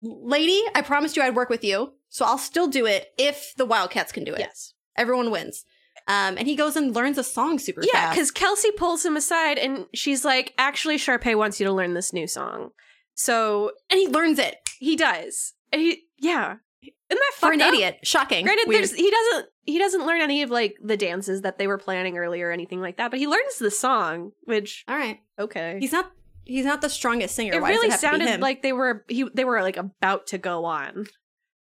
"Lady, I promised you I'd work with you, so I'll still do it if the Wildcats can do it.
yes.
Everyone wins." Um, and he goes and learns a song super
Yeah,
fast.
because Kelsey pulls him aside, and she's like, "Actually, Sharpay wants you to learn this new song." So
and he learns it.
he does, and he yeah. Isn't that
For
fucked
an
up?
idiot. Shocking.
Granted,
Weird.
there's he doesn't he doesn't learn any of like the dances that they were planning earlier or anything like that, but he learns the song, which
All right.
okay.
He's not he's not the strongest singer.
it
Why does
really
have to be
sounded
him?
like they were he they were like about to go on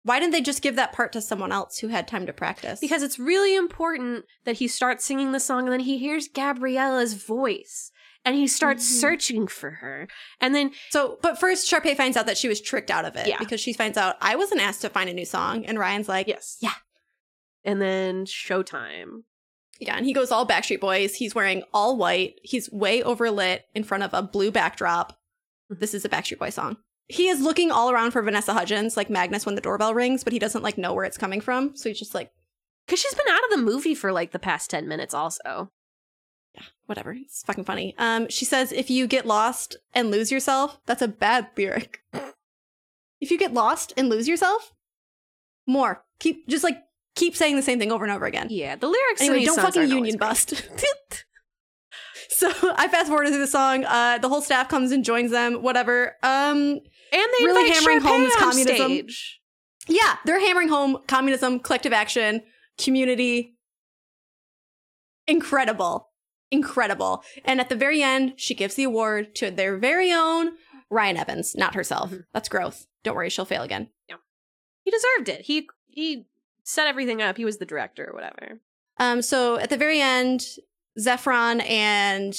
why didn't they just give that part to someone else who had time to practice?
because it's really important that he starts singing the song and then he hears Gabriella's voice and he starts
Mhm.
searching for her and then
so but first Sharpay finds out that she was tricked out of it
Yeah.
because she finds out I wasn't asked to find a new song and Ryan's like
yes
Yeah.
and then showtime
Yeah, and he goes all Backstreet Boys. He's wearing all white. He's way overlit in front of a blue backdrop. This is a Backstreet Boy song. He is looking all around for Vanessa Hudgens, like Magnus when the doorbell rings, but he doesn't like know where it's coming from. So he's just like,
because she's been out of the movie for like the past 10 minutes also
whatever. It's fucking funny. Um, she says, if you get lost and lose yourself, that's a bad lyric. if you get lost and lose yourself, more. Keep just like keep saying the same thing over and over again.
yeah the lyrics
Anyway,
to these
don't
songs
fucking
aren't
union
always great.
bust. so I fast forwarded through the song. Uh, the whole staff comes and joins them. Whatever. Um,
and they
Really
invite
hammering home
Sharpay
this
on
communism.
stage.
yeah, they're hammering home communism, collective action, community. Incredible, incredible. And at the very end, she gives the award to their very own Ryan Evans, not herself.
Mhm.
That's growth. Don't worry, she'll fail again.
he deserved it he he set everything up he was the director or whatever
Um, so at the very end, Zephron and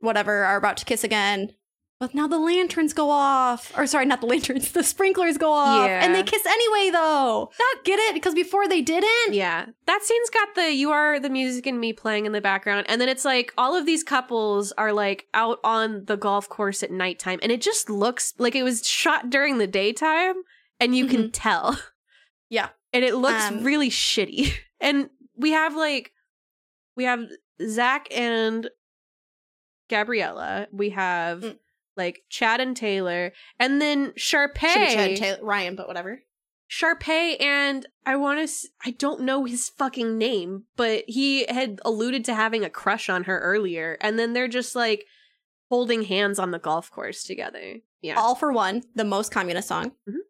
whatever are about to kiss again. But now the lanterns go off. Or sorry, not the lanterns, the sprinklers go off.
Yeah.
And they kiss anyway though. That get it? Because before they didn't.
Yeah. That scene's got the you are the music and me playing in the background. And then it's like all of these couples are like out on the golf course at nighttime. And it just looks like it was shot during the daytime and you can tell.
Yeah.
And it looks
Mm-hmm. Um,
really shitty. And we have like we have Zach and Gabriella. We have
Mm.
like Chad and Taylor. And then Sharpay.
Should be Chad and Taylor, Ryan, but whatever.
Sharpay and I want to I don't know his fucking name, but he had alluded to having a crush on her earlier and then they're just like holding hands on the golf course together. Yeah.
All for One, the most communist song.
Mhm.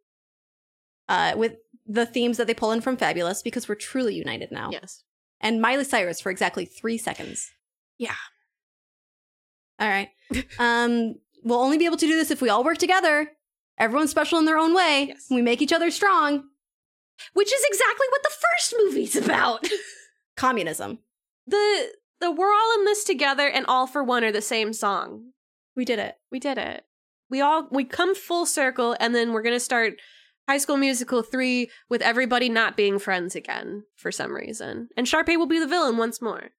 Uh, with the themes that they pull in from Fabulous because we're truly united now.
Yes.
and Miley Cyrus for exactly three seconds.
Yeah.
All right. Um, we'll only be able to do this if we all work together. Everyone's special in their own way.
Yes.
We make each other strong.
Which is exactly what the first movie's about.
Communism.
the the we're all in this together and all for one are the same song.
We did it.
We did it. We all we come full circle and then we're going to start High School Musical 3 with everybody not being friends again for some reason. And Sharpay will be the villain once more.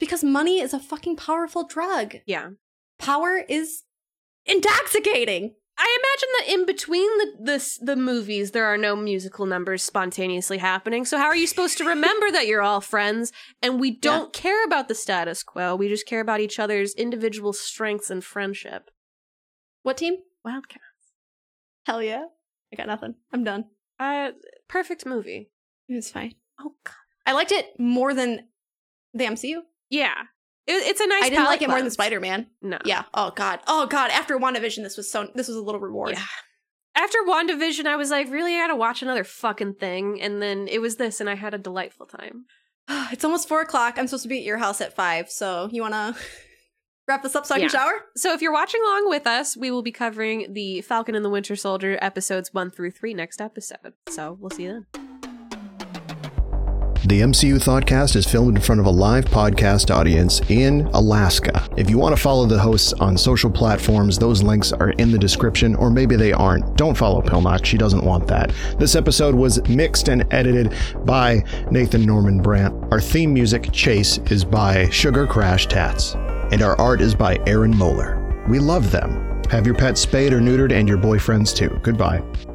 Because money is a fucking powerful drug.
Yeah.
Power is intoxicating.
I imagine that in between the, the s- the movies, there are no musical numbers spontaneously happening. So how are you supposed to remember that you're all friends? And we don't care about the status quo. We just care about each other's individual strengths and friendship.
What team?
Wildcat,
Hell yeah. I got nothing. I'm done.
uh, perfect movie.
It's fine.
Oh God,
I liked it more than the MCU.
yeah, it, it's a nice.
I didn't
palate
like it more than
cleanse.
Spider Man.
No,
Yeah. Oh god. Oh god. After WandaVision, this was so. This was a little reward.
Yeah. After WandaVision, I was like, really, I gotta watch another fucking thing. And then it was this, and I had a delightful time.
it's almost four o'clock. I'm supposed to be at your house at five. So you want to wrap this up so I
Yeah.
can shower?
So if you're watching along with us, we will be covering the Falcon and the Winter Soldier episodes one through three next episode. So we'll see you then.
The MCU Thoughtcast is filmed in front of a live podcast audience in Alaska. If you want to follow the hosts on social platforms, those links are in the description, or maybe they aren't. Don't follow Pilnock, she doesn't want that. This episode was mixed and edited by Nathan Norman Brandt. Our theme music, Chase, is by Sugar Crash Tats, and our art is by Aaron Moeller. We love them. Have your pets spayed or neutered, and your boyfriends too. Goodbye.